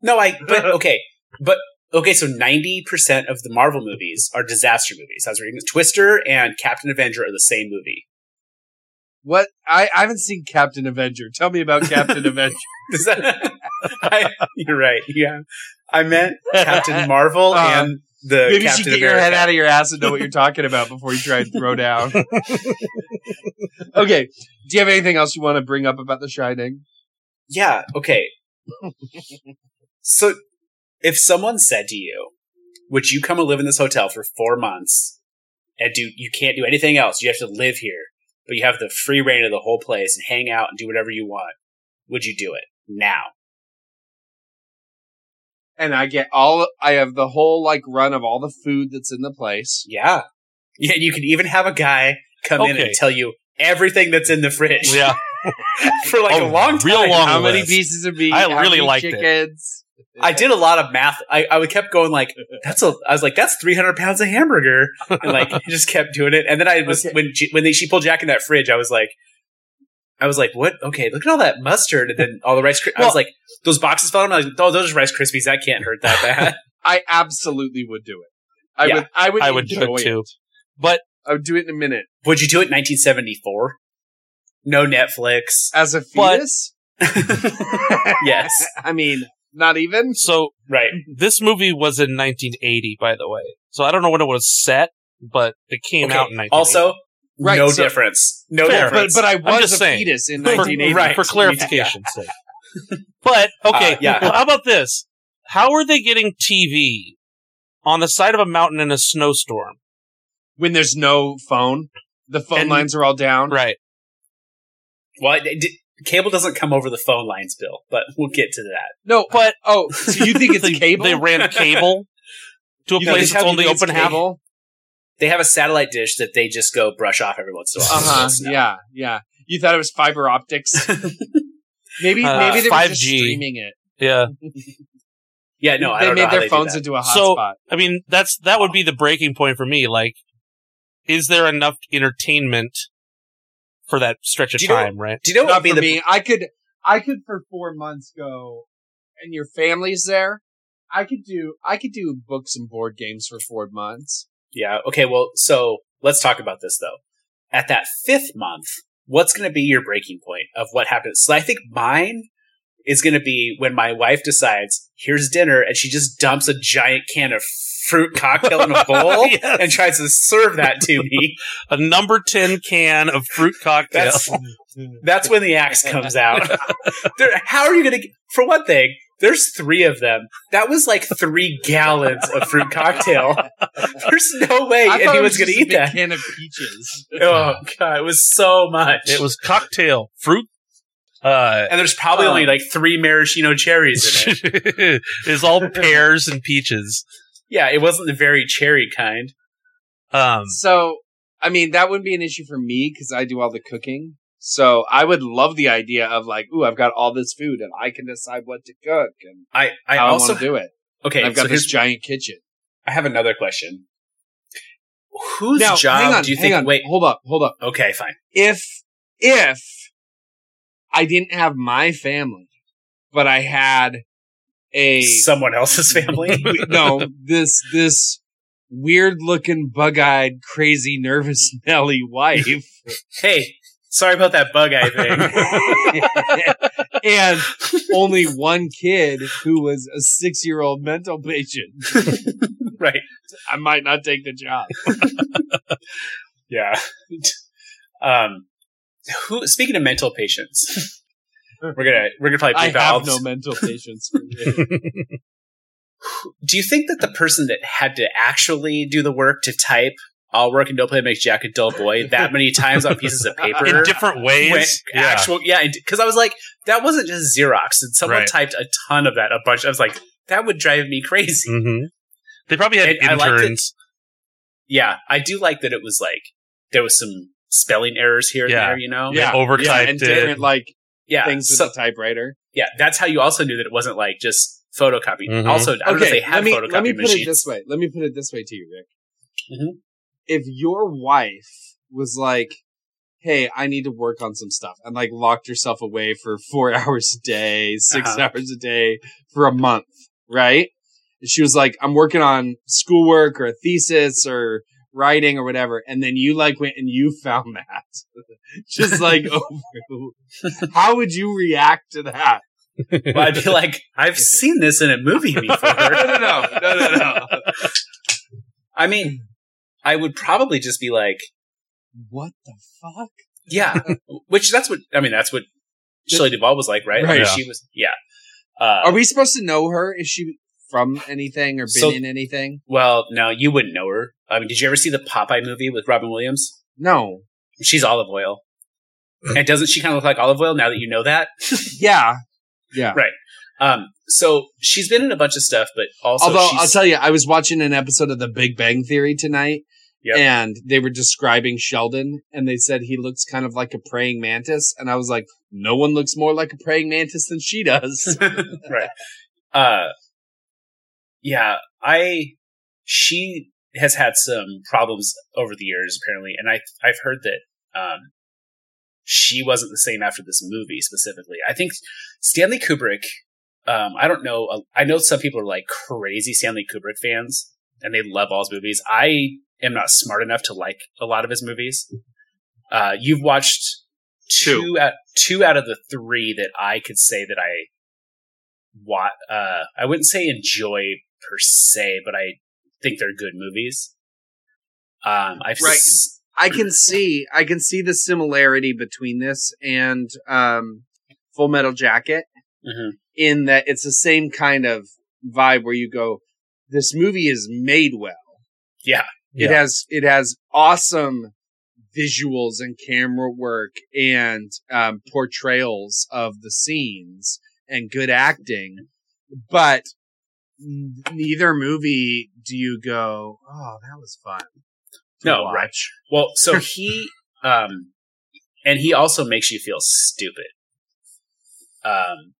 S2: No, I. But okay, but okay. So ninety percent of the Marvel movies are disaster movies. I was reading this. Twister and Captain Avenger are the same movie.
S3: What I, I haven't seen Captain Avenger. Tell me about Captain Avenger.
S2: Does that- I, you're right. Yeah, I meant Captain Marvel
S3: Uh,
S2: and the
S3: Maybe you
S2: Captain
S3: should get your
S2: America.
S3: head out of your ass and know what you're talking about before you try to throw down. okay. Do you have anything else you want to bring up about The Shining?
S2: yeah. Okay. so, if someone said to you, "Would you come and live in this hotel for four months and do you can't do anything else? You have to live here, but you have the free reign of the whole place and hang out and do whatever you want." Would you do it? now.
S3: and I get all I have the whole like run of all the food that's in the place.
S2: Yeah. Yeah, you can even have a guy come in
S1: Okay.
S2: and tell you everything that's in the fridge
S1: Yeah.
S2: for like a,
S1: A
S2: long time.
S1: real long-
S3: How many
S1: list.
S3: pieces of meat?
S1: I
S3: how
S1: really
S3: many
S1: liked it.
S3: chickens?
S2: I did a lot of math. I, I would kept going like that's a. I was like that's three hundred pounds of hamburger, and like just kept doing it. And then I was
S3: Okay.
S2: when she, when they, she pulled Jack in that fridge, I was like, I was like, what? Okay, look at all that mustard, and then all the rice. Kri- I was
S1: Well-
S2: like, those boxes fell. down. I was like, oh, those are rice krispies. That can't hurt that bad.
S3: I absolutely would do it. I
S2: Yeah.
S3: would. I would.
S1: I would do
S3: enjoy
S1: it too. But
S3: I would do it in a minute
S2: would you do it? Nineteen seventy four. No Netflix.
S3: as a
S1: But-
S3: fetus.
S2: Yes,
S3: I mean, not even.
S1: so
S2: right.
S1: this movie was in 1980, by the way. So I don't know when it was set, but it came
S2: Okay.
S1: out in 1980.
S2: Also,
S3: Right,
S2: no
S3: so-
S2: difference. No
S1: Fair.
S3: But,
S2: difference.
S3: but I was
S1: just
S3: a
S1: saying.
S3: fetus in
S1: for,
S3: 1980.
S2: Right.
S1: for clarification's sake. But okay,
S2: Uh, yeah.
S1: well, how about this? How are they getting TV on the side of a mountain in a snowstorm?
S3: When there's no phone, the phone
S1: And-
S3: lines are all down.
S1: Right.
S2: well, it- it- cable doesn't come over the phone lines, Bill. But we'll get to that.
S3: No,
S1: But
S3: oh, so you think it's
S1: they,
S3: cable?
S1: They ran cable to a
S3: You
S1: place
S3: think
S1: that's
S3: you
S1: only
S3: think it's
S1: open half.
S3: cable?
S2: they have a satellite dish that they just go brush off every once in a while.
S3: Uh huh.
S2: So it's not-
S3: Yeah. Yeah. You thought it was fiber optics. maybe
S1: Uh,
S3: maybe they were just
S1: 5G.
S3: streaming it.
S1: Yeah.
S2: yeah. No, I
S3: they
S2: don't know
S3: made
S2: how
S3: their
S2: they do
S3: phones
S2: that.
S3: into a
S1: So-
S3: hotspot.
S1: I mean, that's that would be the breaking point for me. Like, is there enough entertainment for that stretch of
S2: Do you know-
S1: time? right.
S2: Do you know what
S3: Not
S2: would be
S3: for
S2: the?
S3: me. I could I could for four months go, and your family's there. I could do I could do books and board games for four months.
S2: Yeah. Okay. Well, so let's talk about this though. At that fifth month, what's going to be your breaking point of what happens? So I think mine is going to be when my wife decides here's dinner, and she just dumps a giant can of fruit cocktail in a bowl
S1: Yes.
S2: and tries to serve that to me.
S1: A number ten can of fruit cocktail.
S2: That's that's when the axe comes out. There- how are you going to? For one thing, there's three of them. That was like three gallons of fruit cocktail. There's no way
S3: I thought it
S2: anyone's
S3: was
S2: going to
S3: just a
S2: eat
S3: big
S2: that.
S3: can of peaches.
S2: Oh god, it was so much.
S1: it was cocktail fruit. Uh,
S2: and there's probably
S3: Oh.
S2: only like three maraschino cherries in it.
S1: is all pears and peaches.
S2: yeah, it wasn't the very cherry kind.
S1: Um,
S3: So I mean that wouldn't be an issue for me because I do all the cooking. So I would love the idea of like, ooh, I've got all this food and I can decide what to cook and
S2: I I
S3: how I
S2: also
S3: want to do it.
S2: okay.
S3: I've
S2: so
S3: got this
S2: here's-
S3: giant kitchen.
S2: I have another question. Whose
S3: Now,
S2: job
S3: hang on,
S2: do you
S3: hang
S2: think?
S3: on,
S2: Wait.
S3: hold up, hold up.
S2: Okay, fine.
S3: If if I didn't have my family, but I had a
S2: Someone else's family.
S3: no this this weird looking bug eyed crazy nervous Nelly wife
S2: hey, sorry about that bug eye thing.
S3: and only one kid who was a six year old mental patient,
S2: right.
S3: I might not take the job.
S2: Yeah. um, who? Speaking of mental patients, we're gonna we're gonna probably
S3: I
S2: bleep out all
S3: have
S2: this-
S3: no mental patients. For you.
S2: Do you think that the person that had to actually do the work to type "I'll work and don't play makes Jack a dull boy" that many times on pieces of paper?
S1: in different
S2: went
S1: ways. Yeah.
S2: Actual, yeah, because I was like, that wasn't just Xerox, and someone
S1: Right.
S2: typed a ton of that, a bunch. I was like, that would drive me crazy.
S1: Mhm. They probably had
S2: And I liked it.
S1: interns.
S2: Yeah, I do like that. It was like there was some spelling errors here and
S1: Yeah.
S2: there, you know.
S1: Yeah. overtyped
S3: and
S1: it.
S3: different like
S2: yeah.
S3: things with
S2: so-
S3: the typewriter.
S2: yeah, that's how you also knew that it wasn't like just photocopy.
S1: Mhm.
S2: Also, I don't know if they had
S3: let me,
S2: photocopy
S3: let me put
S2: machines.
S3: it this way. Let me put it this way to you, Rick.
S2: Mhm.
S3: If your wife was like, "Hey, I need to work on some stuff," and like locked herself away for four hours a day, 6
S2: Uh-huh.
S3: hours a day for a month, right? And she was like, "I'm working on schoolwork or a thesis or writing or whatever," and then you like went and you found that, just like, oh, how would you react to that?
S2: well, I'd be like, I've seen this in a movie before.
S3: no, no, no, no, no.
S2: I mean, I would probably just be like,
S3: What the fuck?
S2: yeah, which that's what I mean. That's what Shelley Duvall was like, right? I
S3: Right.
S2: mean,
S1: Yeah.
S2: She was, yeah. Uh,
S3: Are we supposed to know her? Is she from anything or been
S2: So-
S3: in anything?
S2: well, no, you wouldn't know her. I mean, did you ever see the Popeye movie with Robin Williams?
S3: No.
S2: She's olive oil. And doesn't she kind of look like olive oil now that you know that?
S3: Yeah. Yeah.
S2: Right. Um, so she's been in a bunch of stuff, but also
S3: Although
S2: she's,
S3: I'll tell you, I was watching an episode of The Big Bang Theory tonight,
S2: Yep.
S3: and they were describing Sheldon, and they said he looks kind of like a praying mantis, and I was like, no one looks more like a praying mantis than she does.
S2: uh, yeah, I she has had some problems over the years apparently, and I I've heard that um, she wasn't the same after this movie specifically. I think Stanley Kubrick. Um, I don't know. uh, I know some people are like crazy Stanley Kubrick fans, and they love all his movies. I am not smart enough to like a lot of his movies. Uh, you've watched two out two out of the three that I could say that I what uh I wouldn't say enjoy per se, but I think they're good movies. Um I've
S3: Right.
S2: s-
S3: I can see, I can see the similarity between this and um, Full Metal Jacket.
S2: Mhm.
S3: in that it's the same kind of vibe where you go, this movie is made well.
S2: Yeah.
S1: Yeah.
S3: It has it has awesome visuals and camera work and um, portrayals of the scenes and good acting, but n- neither movie do you go, oh, that was fun. to
S2: No,
S3: watch."
S2: right. Well, so he um and he also makes you feel stupid. Um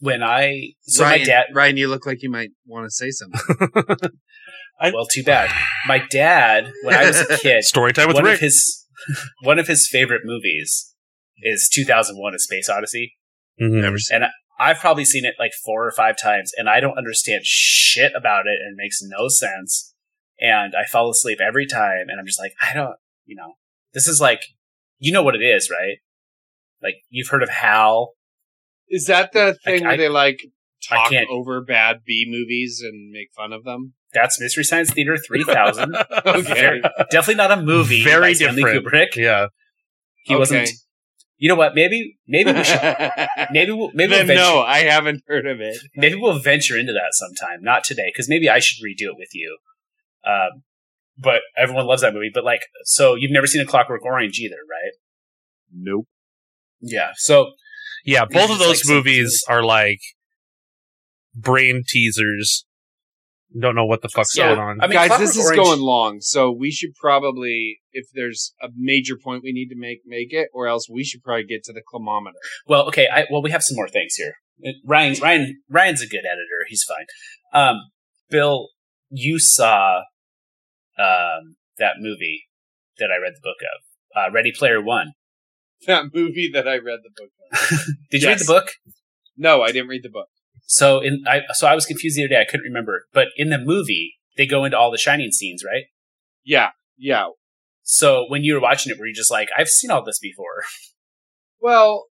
S2: when I so
S3: Ryan,
S2: my dad
S3: Ryan, you look like you might want to say something.
S1: I-
S2: well too bad. My dad, when I was a kid,
S1: Story time with
S2: one
S1: Rick.
S2: of his one of his favorite movies is 2001 a space odyssey
S1: Mhm.
S2: I've probably seen it like four or five times and I don't understand shit about it and it makes no sense. And I fall asleep every time and I'm just like, I don't, you know, this is like, you know what it is, right? Like you've heard of Hal.
S3: Is that the
S2: I-
S3: thing
S2: I-
S3: where they like
S2: I
S3: talk
S2: can't-
S3: over bad B movies and make fun of them?
S2: That's Mystery Science Theater 3000.
S3: Okay.
S2: Definitely not a movie.
S1: Very
S2: by Stanley
S1: different.
S2: Kubrick.
S1: Yeah.
S2: He wasn't.
S3: Okay.
S2: You know what? Maybe, maybe we should,
S3: then
S2: maybe we'll, maybe we'll venture,
S3: no, I haven't heard of it.
S2: maybe we'll venture into that sometime. Not today, because maybe I should redo it with you. Um, but everyone loves that movie. But like, so you've never seen A Clockwork Orange either, right?
S3: Nope.
S2: Yeah. So
S1: Yeah, both of
S2: It's like
S1: those
S2: some-
S1: movies are like brain teasers. Don't know what the fuck's
S2: Yeah.
S1: going on.
S2: I mean,
S3: Guys,
S2: Clockwork
S3: this is
S2: Orange-
S3: going long, so we should probably, if there's a major point we need to make, make it, or else we should probably get to the climometer.
S2: Well, okay. I, well, we have some more things here. Uh, Ryan, Ryan, Ryan's a good editor. He's fine. Um, Bill, you saw um, that movie that I read the book of, uh, Ready Player One.
S3: That movie that I read the book of.
S2: Did you read
S3: Yes.
S2: the book?
S3: No, I didn't read the book.
S2: So in I so I was confused the other day. I couldn't remember. But in the movie, they go into all the Shining scenes, right?
S3: Yeah, yeah.
S2: So when you were watching it, were you just like, I've seen all this before?
S3: Well,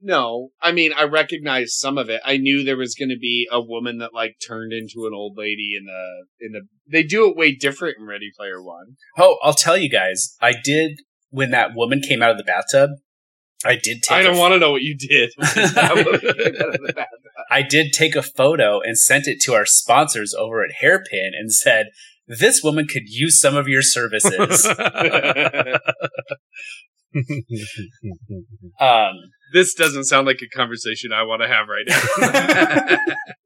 S3: no. I mean, I recognized some of it. I knew there was going to be a woman that like turned into an old lady in the in the. They do it way different in Ready Player One.
S2: Oh, I'll tell you guys. I did when that woman came out of the bathtub. I did take.
S3: I
S2: a-
S3: don't want to know what you did.
S2: I did take a photo and sent it to our sponsors over at Hairpin and said, "This woman could use some of your services." um,
S3: this doesn't sound like a conversation I want to have right now.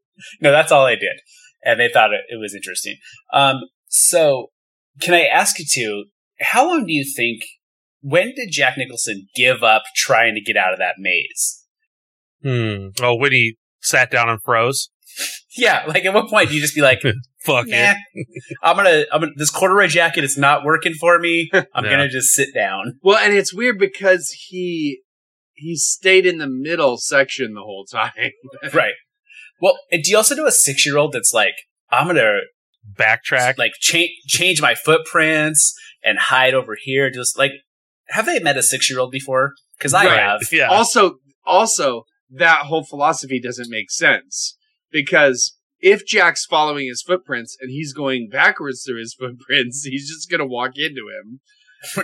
S2: no, that's all I did. And they thought it, it was interesting. Um, so can I ask you two, how long do you think, when did Jack Nicholson give up trying to get out of that maze?
S1: hmm. Oh, when he sat down and froze.
S2: Yeah. Like at what point do you just be like,
S1: Fuck
S2: nah,
S1: it.
S2: I'm going to, I'm gonna, this corduroy jacket is not working for me. I'm
S1: Yeah.
S2: going to just sit down.
S3: well, and it's weird because he he stayed in the middle section the whole time.
S2: Right. Well, and do you also know a six year old that's like, I'm going to
S1: Backtrack.
S2: like change change my footprints and hide over here. Just like, have they met a six year old before? Because I
S3: Right.
S2: have.
S1: Yeah.
S3: also also that whole philosophy doesn't make sense because if Jack's following his footprints and he's going backwards through his footprints, he's just gonna walk into him.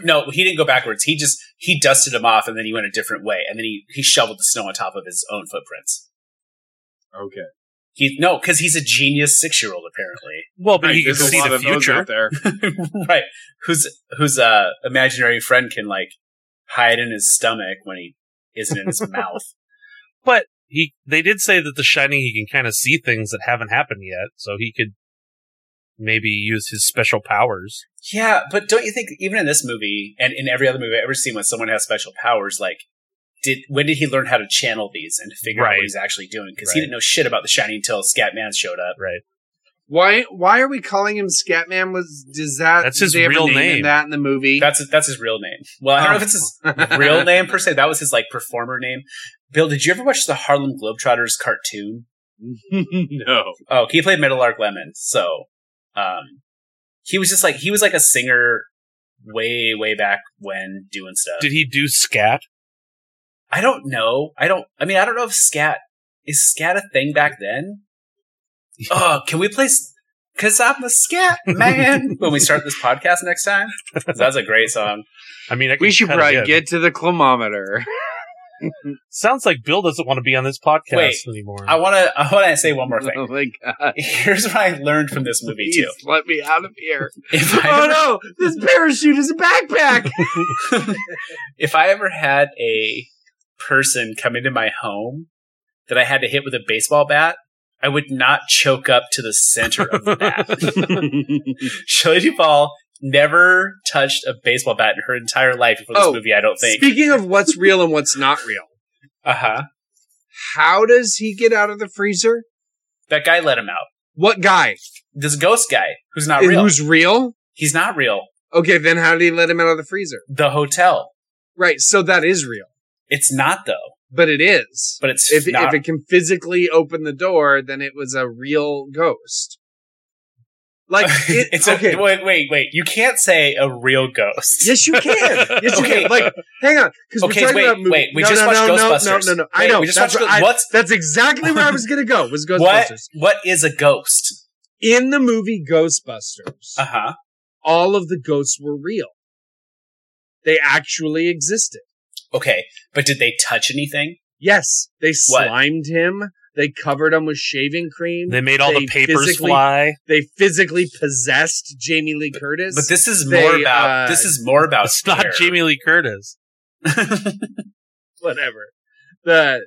S2: No, he didn't go backwards. He just he dusted him off, and then he went a different way, and then he he shoveled the snow on top of his own footprints.
S3: Okay,
S2: He no, because he's a genius six year old apparently,
S1: well, but he can
S3: there's a
S1: see
S3: lot
S1: the
S3: of those
S1: future.
S3: out there.
S2: right? Whose whose uh, imaginary friend can like hide in his stomach when he isn't in his mouth.
S1: But he they did say that the shining he can kind of see things that haven't happened yet, so he could maybe use his special powers.
S2: Yeah, but don't you think even in this movie and in every other movie I've ever seen when someone has special powers, like did when did he learn how to channel these and to figure out
S1: Right.
S2: what he's actually doing? Because he
S1: Right.
S2: didn't know shit about the Shining until Scatman showed up.
S1: Right.
S3: Why? Why are we calling him Scatman? Was does that?
S1: That's
S3: did
S1: his
S3: they have a
S1: real
S3: in
S1: name.
S3: that in the movie.
S2: That's that's his real name. Well, I don't know if it's his real name per se. That was his like performer name. Bill, did you ever watch the Harlem Globetrotters cartoon?
S3: no.
S2: Oh, he played Middlelark Lemon. So, um, he was just like he was like a singer way way back when doing stuff.
S1: Did he do scat?
S2: I don't know. I don't. I mean, I don't know if scat is scat a thing back then. Oh, can we play? s- Cause I'm a scat man. when we start this podcast next time, 'Cause that's a great song.
S1: I mean, I
S3: We
S1: could
S3: should
S1: cut
S3: probably
S1: it in.
S3: get to the climometer.
S1: Sounds like Bill doesn't want to be on this podcast
S2: Wait,
S1: anymore.
S2: I want to. I want to say one more
S3: Oh
S2: thing.
S3: my god!
S2: Here's what I learned from this movie
S3: Please
S2: too.
S3: let me out of here.
S2: If I ever-
S3: oh no! This parachute is a backpack.
S2: if I ever had a person come into my home that I had to hit with a baseball bat, I would not choke up to the center of the bat. Shelley Duvall never touched a baseball bat in her entire life before this
S3: Oh,
S2: movie, I don't think.
S3: Speaking of what's real and what's not real,
S2: Uh huh.
S3: how does he get out of the freezer?
S2: That guy let him out.
S3: What guy?
S2: This ghost guy, who's not real.
S3: Who's real?
S2: He's not real.
S3: Okay, then how did he let him out of the freezer?
S2: The hotel.
S3: Right, so that is real,
S2: It's not, though.
S3: but it is.
S2: But it's
S3: if,
S2: not.
S3: if it can physically open the door, then it was a real ghost. Like it,
S2: it's
S3: okay.
S2: a, wait, wait, wait. You can't say a real ghost.
S3: yes, you can. Yes, you
S2: Okay.
S3: can. Like, hang on, because
S2: Okay,
S3: we're talking
S2: wait,
S3: about movie.
S2: wait, we
S3: no,
S2: just
S3: no,
S2: watched
S3: no,
S2: Ghostbusters.
S3: No, no, no, no. I
S2: Wait,
S3: know.
S2: we just
S3: that's,
S2: watched
S3: I-
S2: What's-
S3: that's exactly where I was gonna go. Was Ghostbusters
S2: What? What is a ghost?
S3: in the movie Ghostbusters?
S2: Uh huh.
S3: all of the ghosts were real. They actually existed.
S2: Okay, but did they touch anything?
S3: Yes, they
S2: What?
S3: slimed him. They covered him with shaving cream.
S1: they made all
S3: they
S1: the papers
S3: physically-
S1: fly.
S3: They physically possessed Jamie Lee Curtis.
S2: But this is
S3: They,
S2: more about
S3: uh,
S2: this is more about
S1: It's not
S2: scare.
S1: Jamie Lee Curtis.
S3: whatever. The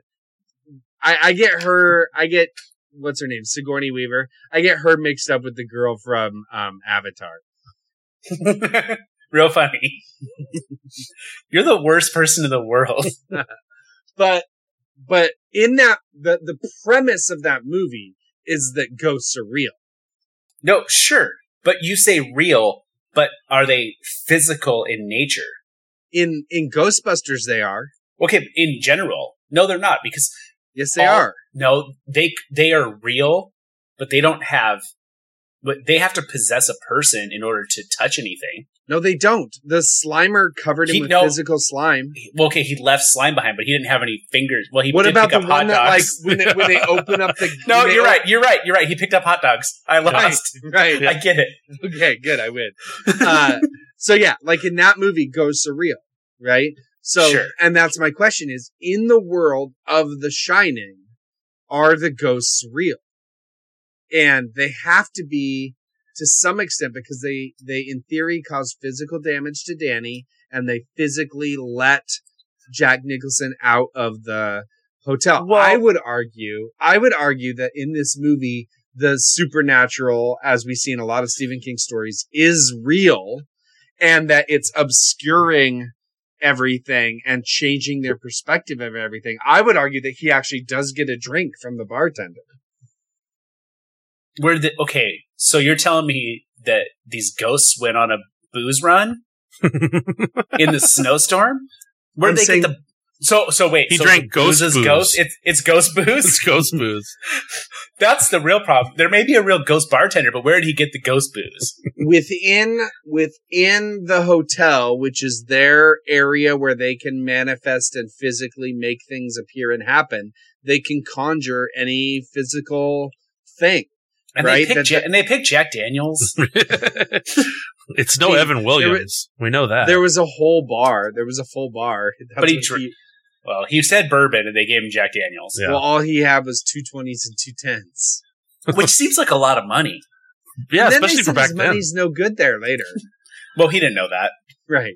S3: I, I get her. I get what's her name? Sigourney Weaver. I get her mixed up with the girl from um, Avatar.
S2: Real funny. You're the worst person in the world.
S3: But but in that the the premise of that movie is that ghosts are real.
S2: No, sure, but you say real, but are they physical in nature?
S3: In in Ghostbusters, they are.
S2: Okay, in general, no, they're not because
S3: Yes, they
S2: All-
S3: are.
S2: no, they they are real, but they don't have. But they have to possess a person in order to touch anything.
S3: No, they don't. The Slimer covered him
S2: He-
S3: with
S2: no.
S3: physical slime.
S2: He- well, okay, he left slime behind, but he didn't have any fingers. Well, he
S3: what
S2: did
S3: about
S2: pick
S3: the
S2: up hot
S3: one that, like,
S2: dogs.
S3: when they, when they open up the?
S2: no,
S3: when they
S2: you're
S3: o-
S2: right. You're right. You're right. He picked up hot dogs. I lost.
S3: Right.
S2: I get it.
S3: Okay. Good. I win. Uh, so yeah, like in that movie, goes surreal, right? So,
S2: Sure.
S3: and that's my question: is in the world of The Shining, are the ghosts real? And they have to be to some extent because they they in theory cause physical damage to Danny, and they physically let Jack Nicholson out of the hotel.
S1: Well-
S3: I would argue, I would argue that in this movie, the supernatural, as we see in a lot of Stephen King stories, is real, and that it's obscuring everything and changing their perspective of everything. I would argue that he actually does get a drink from the bartender.
S2: Where the okay? So you're telling me that these ghosts went on a booze run in the snowstorm? Where
S3: I'm
S2: they
S3: saying-
S2: get the so so wait?
S1: He
S2: so
S1: drank ghost
S2: booze is
S1: booze.
S2: ghost. It's it's ghost
S1: It's
S2: booze.
S1: ghost booze.
S2: That's the real problem. There may be a real ghost bartender, but where did he get the ghost booze?
S3: within within the hotel, which is their area where they can manifest and physically make things appear and happen, they can conjure any physical thing.
S2: And
S3: Right,
S2: they picked
S3: that-
S2: ja- and they picked Jack Daniels.
S1: it's no
S3: See,
S1: Evan Williams. we know that.
S3: There was a whole bar. There was a full bar. That's
S2: But he
S3: what
S2: dr- Well, he said bourbon, and they gave him Jack Daniels,
S1: Yeah.
S3: Well, all he had was two twenties and two tens.
S2: which seems like a lot of money.
S1: yeah,
S3: And then they
S1: especially for
S3: said his
S1: back then.
S3: Money's no good there later,
S2: Well, he didn't know that.
S3: right?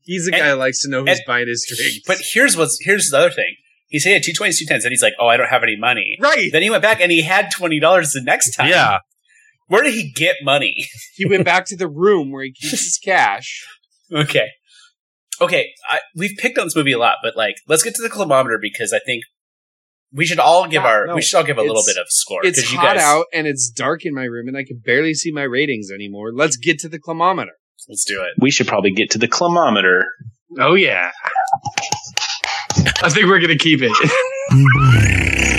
S3: He's a
S2: And-
S3: guy who likes to know who's
S2: and-
S3: buying his drinks.
S2: But here's what's here's the other thing: He said, yeah, two twenties, two tens. And he's like, oh, I don't have any money.
S3: Right.
S2: Then he went back and he had $20 the next time.
S1: Yeah.
S2: Where did he get money?
S3: He went back to the room where he keeps his cash.
S2: Okay. Okay. I, we've picked on this movie a lot, but like, let's get to the climometer because I think we should all give
S3: Yeah,
S2: our,
S3: no,
S2: we should all give a little
S3: it's-
S2: bit of score.
S3: It's
S2: 'cause
S3: hot out and it's dark in my room and I can barely see my ratings anymore. Let's get to the climometer.
S2: Let's do it.
S7: We should probably get to the climometer.
S5: Oh yeah. I think we're gonna keep it.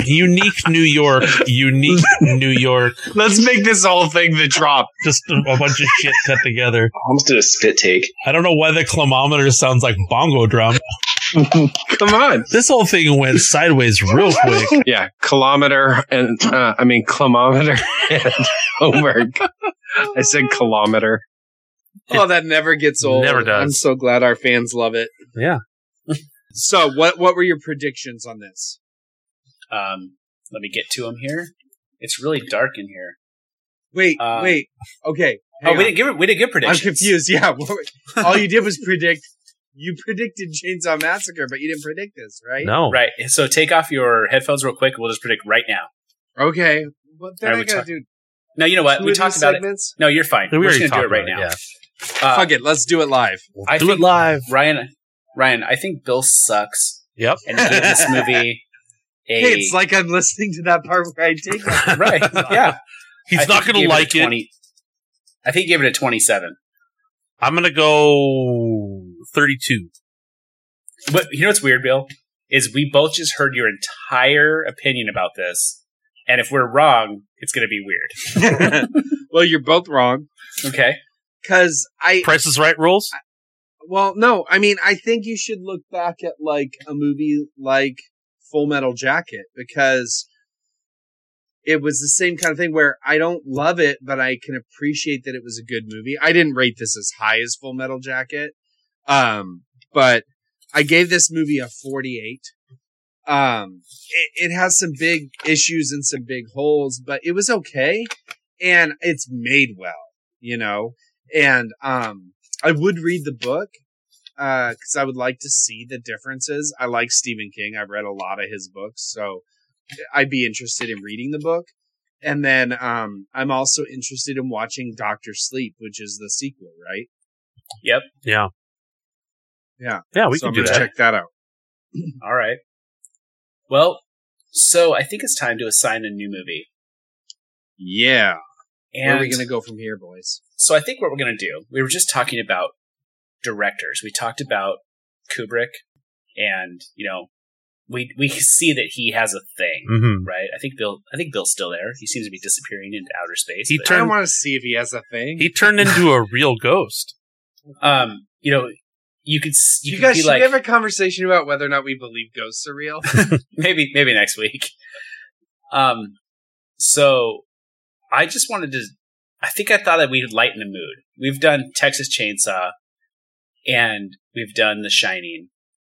S1: unique New York, unique New York,
S5: Let's make this whole thing the drop.
S1: just a bunch of shit cut together.
S7: Almost did a spit take.
S1: I don't know why the climometer sounds like bongo drum.
S5: Come on.
S1: This whole thing went sideways real quick.
S5: Yeah, kilometer and uh, I mean kilometer and homework. I said kilometer.
S3: Oh, that never gets old.
S1: Never does.
S3: I'm so glad our fans love it.
S1: Yeah.
S3: so what what were your predictions on this?
S2: Um, let me get to him here. It's really dark in here.
S3: Wait,
S2: Uh,
S3: wait. Okay. hang
S2: oh, we
S3: on.
S2: didn't give we didn't give
S3: I'm
S2: predictions.
S3: confused. Yeah. what were- All you did was predict. You predicted Chainsaw Massacre, but you didn't predict this, right?
S1: No.
S2: Right. So take off your headphones real quick. We'll just predict right now.
S3: Okay. Well, then
S2: Alright,
S3: I
S2: we
S3: gotta
S2: talk-
S3: do
S2: No, you know what? We talked about it.
S3: segments.
S2: No, you're fine.
S1: We
S2: We're just
S1: already
S2: gonna do
S1: talked
S2: it right
S1: about
S2: now.
S1: it,
S2: Uh,
S3: Fuck it. Let's do it live.
S2: I
S1: do
S2: think
S1: it live.
S2: Ryan, Ryan, I think Bill sucks
S1: Yep.
S2: and gave this movie a.
S3: Hey, it's like I'm listening to that part where I take. that.
S2: right. Yeah.
S1: He's
S2: I
S1: not going
S2: think he
S1: to
S2: gave a
S1: like it.
S2: 20 I think he gave it a 27.
S1: I'm going to go 32.
S2: But you know what's weird, Bill? Is we both just heard your entire opinion about this. And if we're wrong, it's going to be weird.
S3: well, you're both wrong
S2: Okay.
S3: because I.
S1: Price is right rules?
S3: Well, no, I mean I think you should look back at like a movie like Full Metal Jacket because it was the same kind of thing where I don't love it, but I can appreciate that it was a good movie. I didn't rate this as high as Full Metal Jacket, um, but I gave this movie a 48. Um, it, it has some big issues and some big holes, but it was okay, and it's made well, you know. And um, I would read the book because I would like to see the differences. I like Stephen King. I've read a lot of his books, so I'd be interested in reading the book. And then um, I'm also interested in watching Doctor Sleep, which is the sequel, right?
S1: Yeah.
S3: Yeah.
S1: Yeah, Oh, we
S3: so
S1: can
S3: I'm
S1: do
S3: gonna
S1: that.
S3: Check that out.
S2: All right. Well, so I think it's time to assign a new movie.
S3: Yeah.
S2: And
S3: Where are we gonna go from here, boys?
S2: so I think what we're going to do, we were just talking about directors. We talked about Kubrick and, you know, we we see that he has a thing,
S3: Mm.
S1: Mm-hmm.
S2: right? I think Bill I think Bill's still there. He seems to be disappearing into outer space.
S1: He
S2: but-
S1: Turn-
S3: I want to see if he has a thing.
S1: He turned into a real ghost.
S2: um, you know, you could s- you,
S3: you
S2: could
S3: guys
S2: be
S3: should
S2: like
S3: have a conversation about whether or not we believe ghosts are real.
S2: maybe maybe next week. Um, so I just wanted to. I think I thought that we'd lighten the mood. We've done Texas Chainsaw, and we've done The Shining.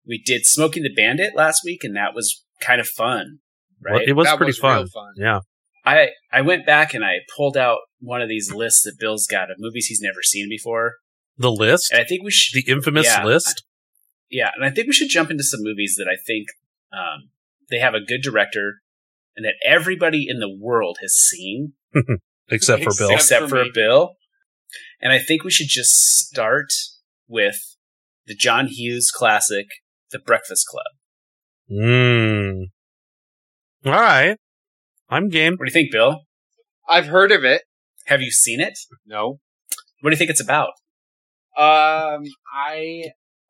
S2: We did Smoking the Bandit last week, and that was kind of fun,
S1: Well,
S2: right?
S1: it was
S3: That
S1: pretty
S3: was
S1: fun.
S3: real fun.
S1: Yeah.
S2: I I went back and I pulled out one of these lists that Bill's got of movies he's never seen before,
S1: The list,
S2: and I think we should
S1: the infamous
S2: Eh. Yeah.
S1: list.
S2: yeah, and I think we should jump into some movies that I think um, they have a good director and that everybody in the world has seen
S1: Except for Bill.
S2: except
S3: Except for
S2: for,
S3: me.
S2: Bill. And I think we should just start with the John Hughes classic, The Breakfast Club.
S1: Mm. All right. I'm game.
S2: What do you think, Bill?
S3: I've heard of it.
S2: Have you seen it?
S3: No.
S2: What do you think it's about?
S3: Um, I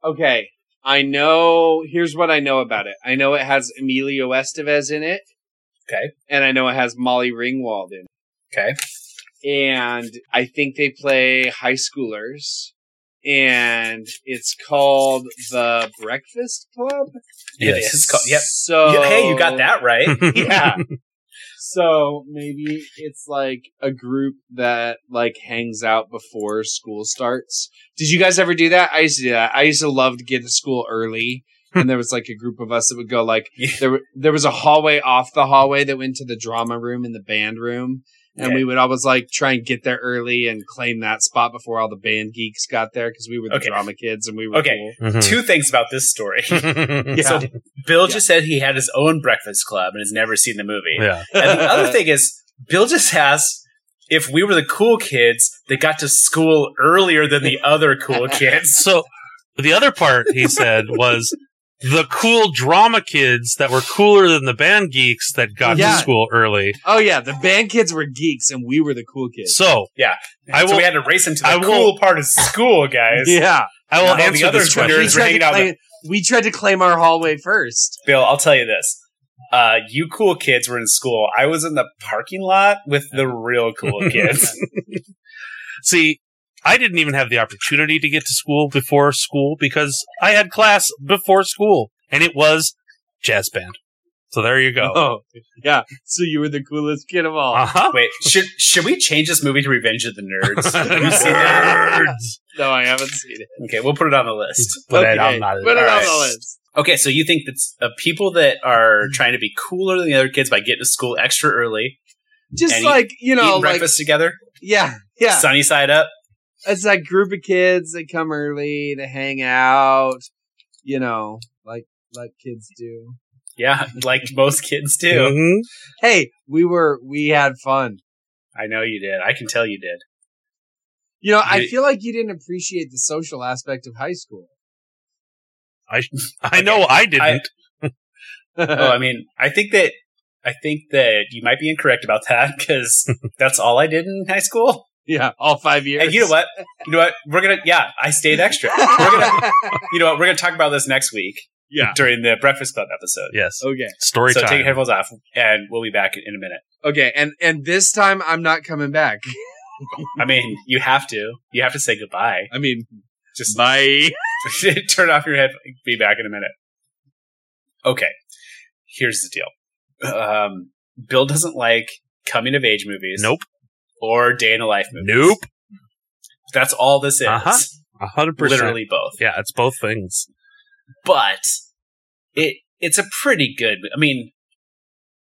S3: okay. I know. Here's what I know about it. I know it has Emilio Estevez in it.
S2: Okay.
S3: And I know it has Molly Ringwald in. it.
S2: Okay.
S3: And I think they play high schoolers. And it's called the Breakfast Club.
S2: It
S1: Yes.
S2: is called- yep.
S3: So
S2: You- hey, you got that right.
S3: yeah. So maybe it's like a group that like hangs out before school starts. Did you guys ever do that? I used to do that. I used to love to get to school early. And there was like a group of us that would go like
S2: Yeah.
S3: there. were- There was a hallway off the hallway that went to the drama room and the band room, and we would always like try and get there early and claim that spot before all the band geeks got there because we were the
S2: Okay.
S3: drama kids and we were
S2: Okay.
S3: cool.
S2: Two things about this story.
S1: Mhm.
S3: Yeah.
S2: So Bill just said he had his own breakfast club and has never seen the movie.
S1: yeah.
S2: And the other thing is, Bill just asked if we were the cool kids that got to school earlier than the other cool kids.
S1: So the other part he said was the cool drama kids that were cooler than the band geeks that got
S3: Yeah.
S1: to school early.
S3: Oh yeah, the band kids were geeks and we were the cool kids.
S1: So I
S2: so
S1: will-
S2: we had to race him to the
S1: I will-
S2: cool part of school, guys.
S3: yeah,
S1: I will
S2: Now, the
S1: answer
S2: other
S1: this
S2: We're
S3: we
S1: question.
S2: vendors-
S3: tried, to
S2: hanging out
S3: claim, we tried to claim our hallway first.
S2: Bill, I'll tell you this. Uh, you cool kids were in school. I was in the parking lot with the real cool kids.
S1: See, I didn't even have the opportunity to get to school before school because I had class before school, and it was jazz band. So there you go.
S3: Oh yeah, so you were the coolest kid of all.
S1: Uh huh.
S2: Wait, should should we change this movie to Revenge of the Nerds? Have you seen that?
S1: Nerds.
S3: no, I haven't seen it.
S2: Okay, we'll put it on the list.
S1: Put
S3: okay.
S1: it on my
S3: Put it on
S1: list.
S3: the list.
S2: Okay, so you think that uh, people that are
S3: Mm.
S2: trying to be cooler than the other kids by getting to school extra early,
S3: Just
S2: And eat-
S3: like you know,
S2: eating
S3: like
S2: breakfast together,
S3: yeah, yeah.
S2: sunny side up.
S3: it's that group of kids that come early to hang out, you know, like like kids do.
S2: Yeah, like most kids do.
S3: Mm-hmm.
S1: Mhm.
S3: Hey, we were we had fun.
S2: I know you did. I can tell you did.
S3: You know, I
S2: You-
S3: feel like you didn't appreciate the social aspect of high school.
S1: I know I didn't.
S2: I-
S3: Uh-huh.
S2: Oh, I mean, I think that I think that you might be incorrect about that because that's all I did in high school.
S3: yeah, all five years.
S2: And you know what? You know what? We're gonna yeah, I stayed extra. We're gonna you know what? We're gonna talk about this next week.
S3: Yeah.
S2: during the Breakfast Club episode.
S1: yes.
S3: okay.
S1: Story
S2: so
S1: time.
S2: take your headphones off, and we'll be back in a minute.
S3: Okay, and and this time I'm not coming back.
S2: I mean, you have to. You have to say goodbye.
S3: I mean,
S2: Just
S3: bye.
S2: turn off your head. Be back in a minute. Okay. Here's the deal. Um, Bill doesn't like coming of age movies.
S1: Nope.
S2: Or day in a life movies.
S1: Nope.
S2: That's all this is.
S1: Uh-huh. A hundred percent.
S2: Literally both.
S1: Yeah, it's both things.
S2: But it it's a pretty good. I mean,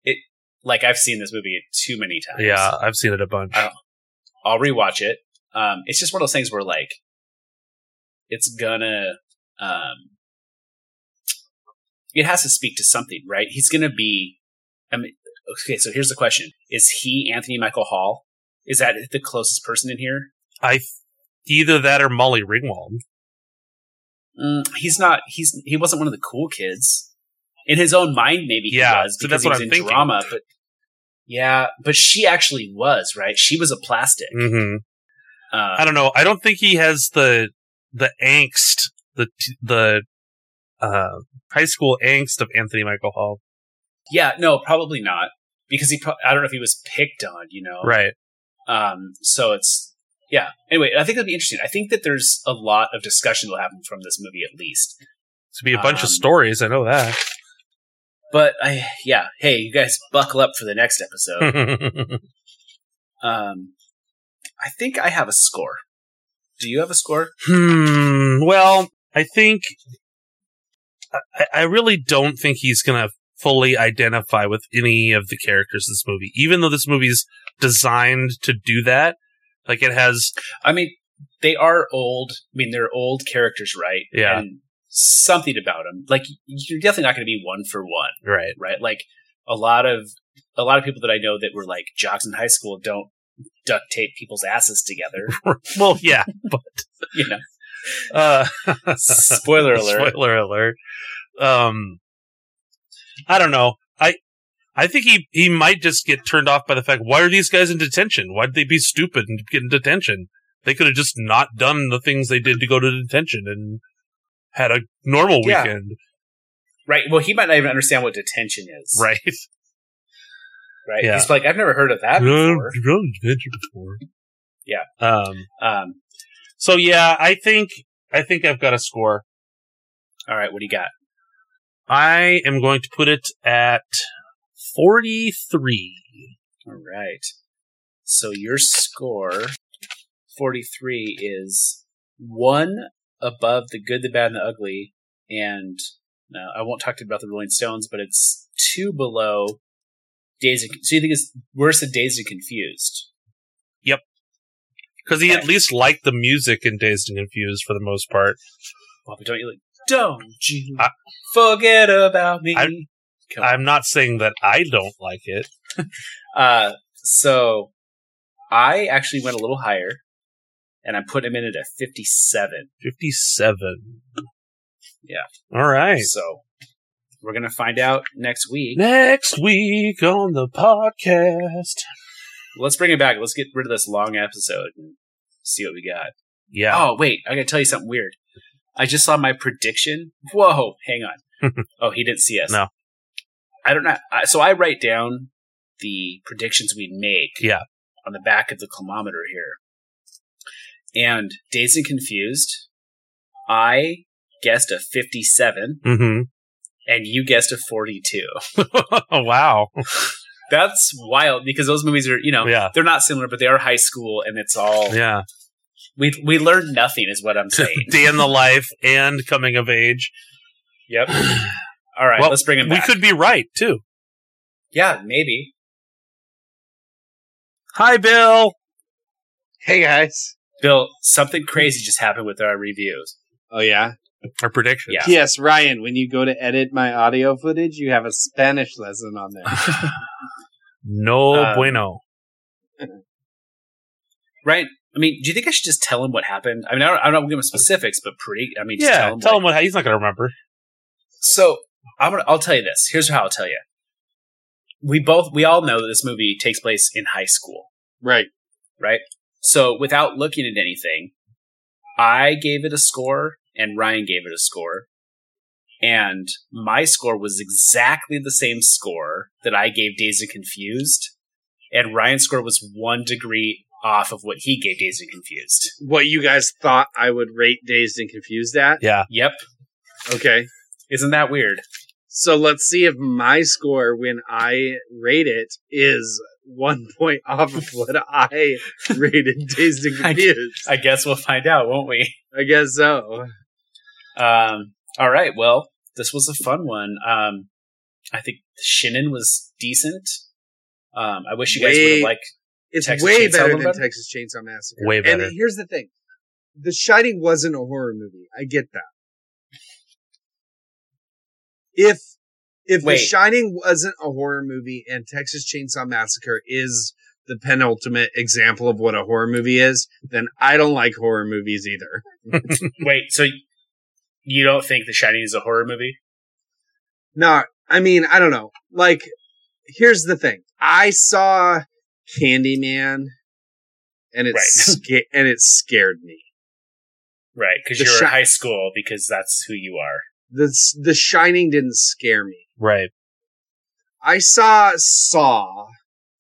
S2: it like I've seen this movie too many times.
S1: Yeah, I've seen it a bunch.
S2: I- I'll rewatch it. Um, it's just one of those things where like it's gonna um, it has to speak to something, right? He's gonna be. I mean, okay. So here's the question: Is he Anthony Michael Hall? Is that the closest person in here?
S1: I either that or Molly Ringwald.
S2: Mm, he's not. He's he wasn't one of the cool kids in his own mind. Maybe he
S1: Yeah,
S2: was
S1: so
S2: because
S1: that's what
S2: he was
S1: I'm
S2: in
S1: thinking.
S2: drama, but. Yeah, but she actually was right. She was a plastic.
S1: hmm
S2: Um,
S1: I don't know. I don't think he has the the angst, the the uh, high school angst of Anthony Michael Hall.
S2: Yeah, no, probably not because he. Pro- I don't know if he was picked on, you know.
S1: Right.
S2: Um. So it's yeah. Anyway, I think it'll be interesting. I think that there's a lot of discussion that'll happen from this movie at least.
S1: To be a bunch
S2: Um,
S1: of stories. I know that.
S2: But I yeah. Hey, you guys, buckle up for the next episode.
S1: Hmm.
S2: um, I think I have a score. Do you have a score?
S1: hmm. Well, I think I- I, I really don't think he's gonna fully identify with any of the characters in this movie, even though this movie's designed to do that. Like it has
S2: I mean, they are old. I mean, they're old characters, right?
S1: Yeah.
S2: And something about them, like you're definitely not going to be one for one.
S1: right.
S2: right? Like a lot of a lot of people that I know that were like jocks in high school don't duct tape people's asses together.
S1: Well, yeah, but
S2: You know,
S1: uh,
S2: spoiler alert.
S1: Spoiler alert. Um, I don't know. I I think he he might just get turned off by the fact why are these guys in detention? Why'd they be stupid and get in detention? They could have just not done the things they did to go to detention and had a normal
S3: Yeah.
S1: weekend,
S2: Right. Well, he might not even understand what detention is.
S1: right?
S2: Right.
S1: Yeah.
S2: He's like, I've never heard of that before.
S1: You've been in detention before.
S2: Yeah.
S1: Um.
S2: Um.
S1: So yeah, I think I think I've got a score.
S2: All right. What do you got?
S1: I am going to put it at forty three.
S2: All right. So your score, forty three, is one above the good, the bad, and the ugly, and no, I won't talk to you about the Rolling Stones, but it's two below Days and so you think it's worse than Days and Confused?
S1: Because he at
S2: Okay.
S1: least liked the music in Dazed and Confused for the most part.
S2: Bobby, don't you like? Don't you
S1: I-
S2: forget about me?
S1: I-
S2: Come on.
S1: I'm not saying that I don't like it.
S2: Uh, so I actually went a little higher, and I put him in at a fifty-seven.
S1: 57.
S2: Yeah.
S1: All right.
S2: So we're gonna find out next week.
S1: Next week on the podcast.
S2: Let's bring it back. Let's get rid of this long episode and see what we got.
S1: Yeah.
S2: Oh wait, I gotta tell you something weird. I just saw my prediction. Whoa, hang on. oh, he didn't see us.
S1: No.
S2: I don't know. I, so I write down the predictions we make.
S1: Yeah.
S2: On the back of the climometer here, and dazed and confused, I guessed a fifty-seven,
S1: Mm-hmm.
S2: and you guessed a forty-two.
S1: wow.
S2: That's wild because those movies are you know
S1: Yeah.
S2: they're not similar, but they are high school, and it's all
S1: Yeah.
S2: we we learn nothing is what I'm saying.
S1: Day in the life and coming of age.
S2: Yep. All right,
S1: Well,
S2: let's bring it
S1: We
S2: back.
S1: could be right too.
S2: yeah, maybe.
S1: Hi, Bill.
S3: Hey guys.
S2: Bill, something crazy just happened with our reviews.
S3: Oh yeah.
S1: Our prediction.
S2: Yeah.
S3: Yes, Ryan. When you go to edit my audio footage, you have a Spanish lesson on there.
S1: No
S2: Um,
S1: bueno.
S2: Right? I mean, do you think I should just tell him what happened? I mean, I don't, I'm not gonna give him specifics, but pretty. I mean, just
S1: Yeah.
S2: tell him.
S1: Tell
S2: like-
S1: him what he's not going to remember.
S2: So I'm gonna. I'll tell you this. Here's how I'll tell you. We both. We all know that this movie takes place in high school.
S3: right.
S2: right? So without looking at anything, I gave it a score and Ryan gave it a score. And my score was exactly the same score that I gave Days and Confused. And Ryan's score was one degree off of what he gave Days and Confused.
S3: What you guys thought I would rate Dazed and Confused at?
S1: Yeah.
S2: Yep.
S3: Okay.
S2: Isn't that weird?
S3: So let's see if my score when I rate it is one point off of what I rated Dazed and
S2: I-
S3: Confused. I,
S2: I guess we'll find out, won't we?
S3: guess so.
S2: Um, all right. Well, this was a fun one. Um, I think Shinnon was decent. Um, I wish you guys would have
S3: Way-
S2: liked
S3: It's
S2: Texas
S3: way
S2: Chainsaw
S3: better than
S2: one better?
S3: Texas Chainsaw Massacre.
S1: Way better.
S3: And here's the thing. The Shining wasn't a horror movie. I get that. If if
S2: Wait.
S3: The Shining wasn't a horror movie and Texas Chainsaw Massacre is the penultimate example of what a horror movie is, then I don't like horror movies either.
S2: Wait, so y- you don't think The Shining is a horror movie?
S3: No, I mean, I don't know. Like, here's the thing. I saw Candyman and it
S2: Right.
S3: sca- and it scared me.
S2: Right, because
S3: The
S2: you're
S3: Shi-
S2: in high school because that's who you are.
S3: The the Shining didn't scare me.
S1: Right.
S3: I saw Saw.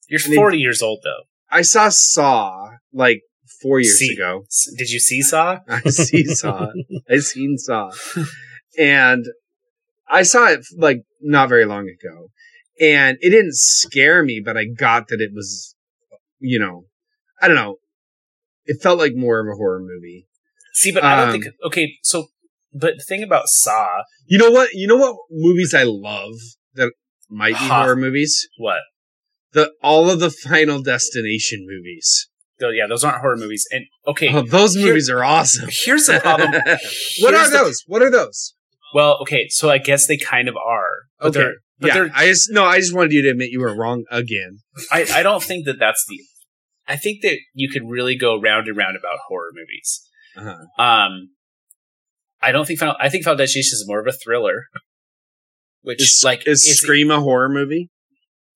S2: You're
S3: I mean-
S2: 40 years old though.
S3: I saw Saw like 4 years
S2: See-
S3: ago.
S2: S- Did you see Saw?
S3: I see Saw. I seen Saw. And I saw it like not very long ago. And it didn't scare me, but I got that it was, you know, I don't know. It felt like more of a horror movie.
S2: See, but I don't
S3: Um,
S2: think okay, so but the thing about Saw,
S3: You know what? You know what movies I love that might be
S2: Huh.
S3: horror movies?
S2: what?
S3: The all of the Final Destination movies.
S2: Though yeah, those aren't horror movies. And okay,
S3: Oh, those
S2: here-
S3: movies are awesome.
S2: here's the problem.
S3: What
S2: Here's
S3: are
S2: the-
S3: those? What are those?
S2: well, okay, so I guess they kind of are. But
S3: Okay.
S2: they're but
S3: yeah,
S2: they're
S3: I just no. I just wanted you to admit you were wrong again.
S2: I, I don't think that that's the. I think that you could really go round and round about horror movies.
S3: Uh-huh.
S2: Um, I don't think Final, I think Final Destination is more of a thriller, which
S3: Is-
S2: like
S3: Is
S2: it's-
S3: Scream a horror movie?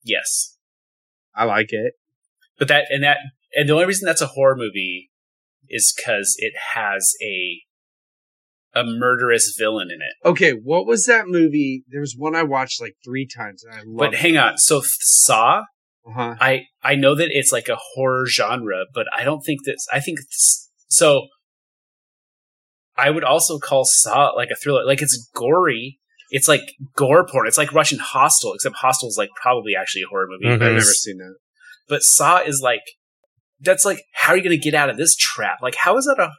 S2: Yes,
S3: I like it.
S2: but that and that and the only reason that's a horror movie is because it has a a murderous villain in it.
S3: Okay, what was that movie? There was one I watched like three times, and I
S2: But
S3: loved.
S2: hang on, so Saw,
S3: it. Uh-huh.
S2: I I know that it's like a horror genre, but I don't think that I think it's- so. I would also call Saw like a thriller. Like it's gory. It's like gore porn. It's like Russian Hostel, except Hostel is like probably actually a horror movie.
S1: Mhm.
S2: but
S3: I've never
S2: it's-
S3: seen that.
S2: But Saw is like that's like how are you going to get out of this trap? Like how is that a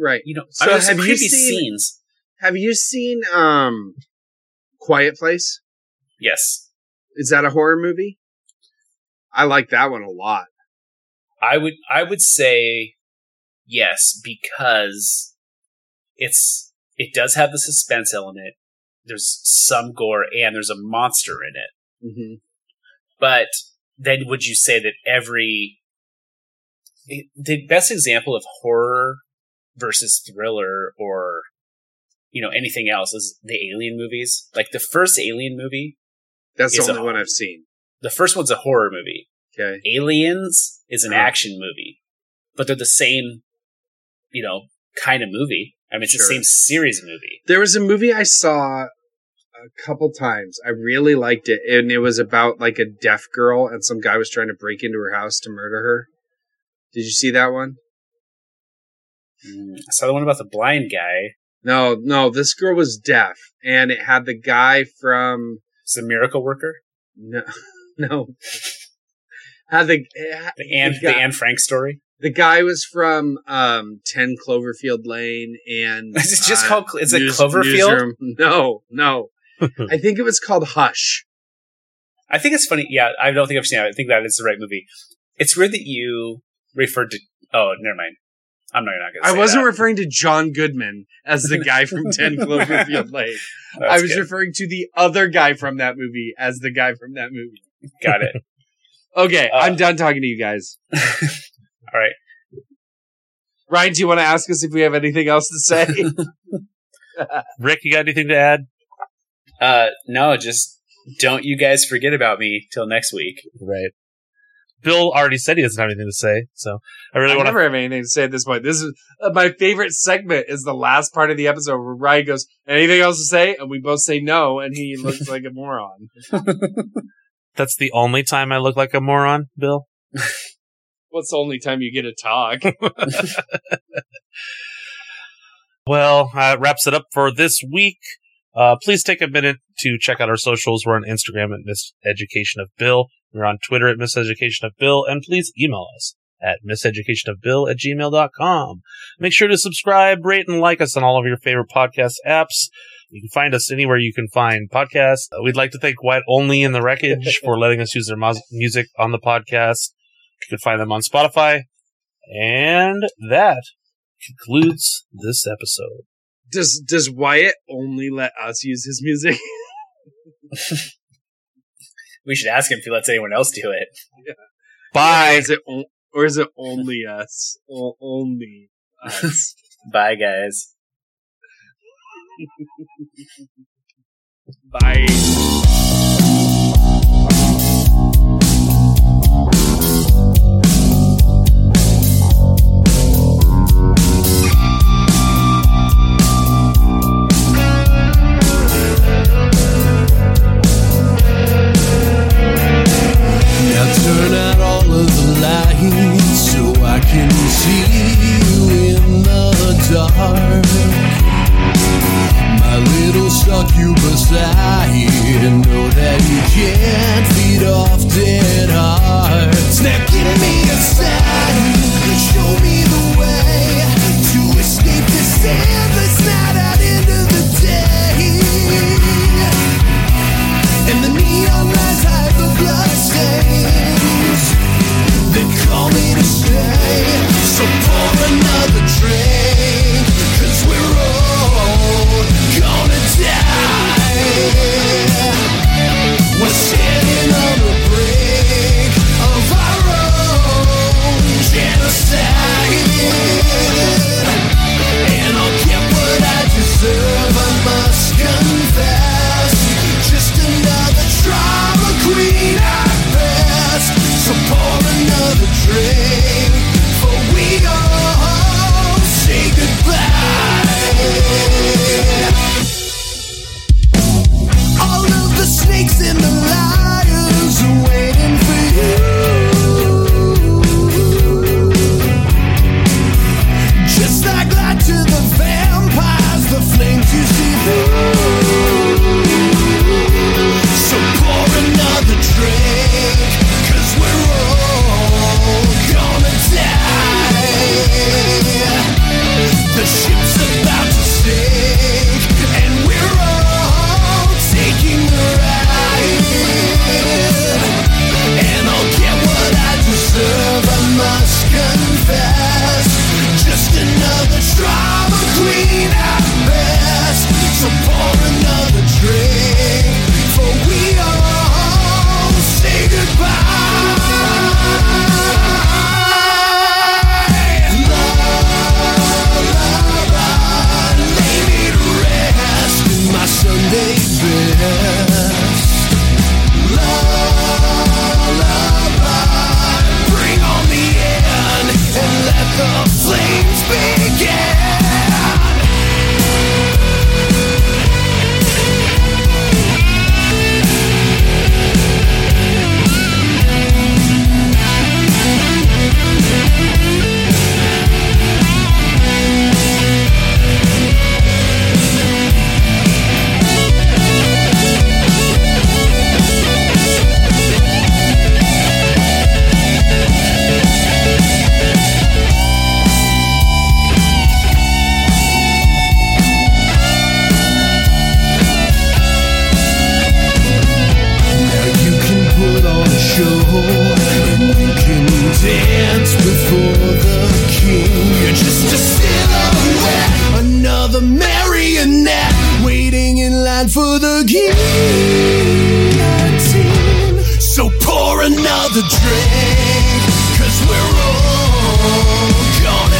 S3: Right.
S2: you know?
S3: So
S2: I mean, there's some
S3: have you
S2: creepy
S3: seen-
S2: scenes?
S3: Have you seen um, Quiet Place?
S2: Yes,
S3: Is that a horror movie? I like that one a lot.
S2: I would I would say yes because it's it does have the suspense element. There's some gore and there's a monster in it.
S3: Mm-hmm.
S2: But then would you say that every the- the best example of horror versus thriller or you know anything else is the alien movies. Like the first alien movie,
S3: That's
S2: It's
S3: the
S2: a-
S3: only one I've seen.
S2: the first one's a horror movie.
S3: Okay.
S2: Aliens is an
S3: Uh-huh.
S2: action movie, but they're the same, you know, kind of movie. I mean, it's the
S3: Sure.
S2: same series of movie.
S3: There was a movie I saw a couple times. I really liked it, and it was about like a deaf girl, and some guy was trying to break into her house to murder her. Did you see that one?
S2: Mm, I saw the one about the blind guy.
S3: No, no. This girl was deaf, and it had the guy from
S2: It's the miracle worker,
S3: No, no. Had the had-
S2: the Anne,
S3: guy,
S2: the Anne Frank story.
S3: the guy was from um, Ten Cloverfield Lane, and
S2: Is it just
S3: uh,
S2: called? Cl- Is it
S3: News-
S2: Cloverfield?
S3: Newsroom. No, no. I think it was called Hush.
S2: I think it's funny. Yeah, I don't think I've seen it. I think that is the right movie. It's weird that you referred to. Oh, never mind. I'm not, not going to.
S3: I wasn't referring to John Goodman as the guy from Ten Cloverfield Lane. I was referring to the other guy from that movie as the guy from that movie.
S2: Got it.
S3: Okay,
S2: Uh,
S3: I'm done talking to you guys.
S2: All right.
S3: Ryan, do you want to ask us if we have anything else to say?
S1: Rick, you got anything to add?
S2: Uh, no, just don't you guys forget about me till next week.
S1: Right. Bill already said he doesn't have anything to say, so I really
S3: I
S1: want to.
S3: never have anything to say at this point. This is uh, my favorite segment. Is the last part of the episode where Ryan goes, "Anything else to say?" And we both say no, and he looks like a moron.
S1: That's the only time I look like a moron, Bill.
S3: What's the only time you get to talk?
S1: Well, uh, wraps it up for this week. Uh, please take a minute to check out our socials. We're on Instagram at Miseducation of Bill. We're on Twitter at Miseducation of Bill. And please email us at miseducationofbill at gmail.com. Make sure to subscribe, rate, and like us on all of your favorite podcast apps. You can find us anywhere you can find podcasts. Uh, We'd like to thank White Only and The Wreckage for letting us use their mus- music on the podcast. You can find them on Spotify. And that concludes this episode.
S3: does Does Wyatt only let us use his music?
S2: We should ask him if he lets anyone else do it.
S3: Or is it on- or is it only us? O- only us.
S2: Bye, guys.
S3: Bye.
S8: Now turn out all of the lights so I can see you in the dark. My little succubus, I know that you can't feed off dead hearts. Now give me a sign, show me the way to escape this endless night out into the day. And the neon lights hide the bloodstains They call me to stay So pour another drink Cause we're all gonna die We're sitting on the brink Of our own genocide and I'll get what I deserve, I must confess. Just another drama queen I passed. So pour another drink, for we all say goodbye. All of the snakes and the lions are waiting for you. Just like light to the vampires, the flames you see through. So pour another drink, cause we're all gonna die. another drink, cause we're all gone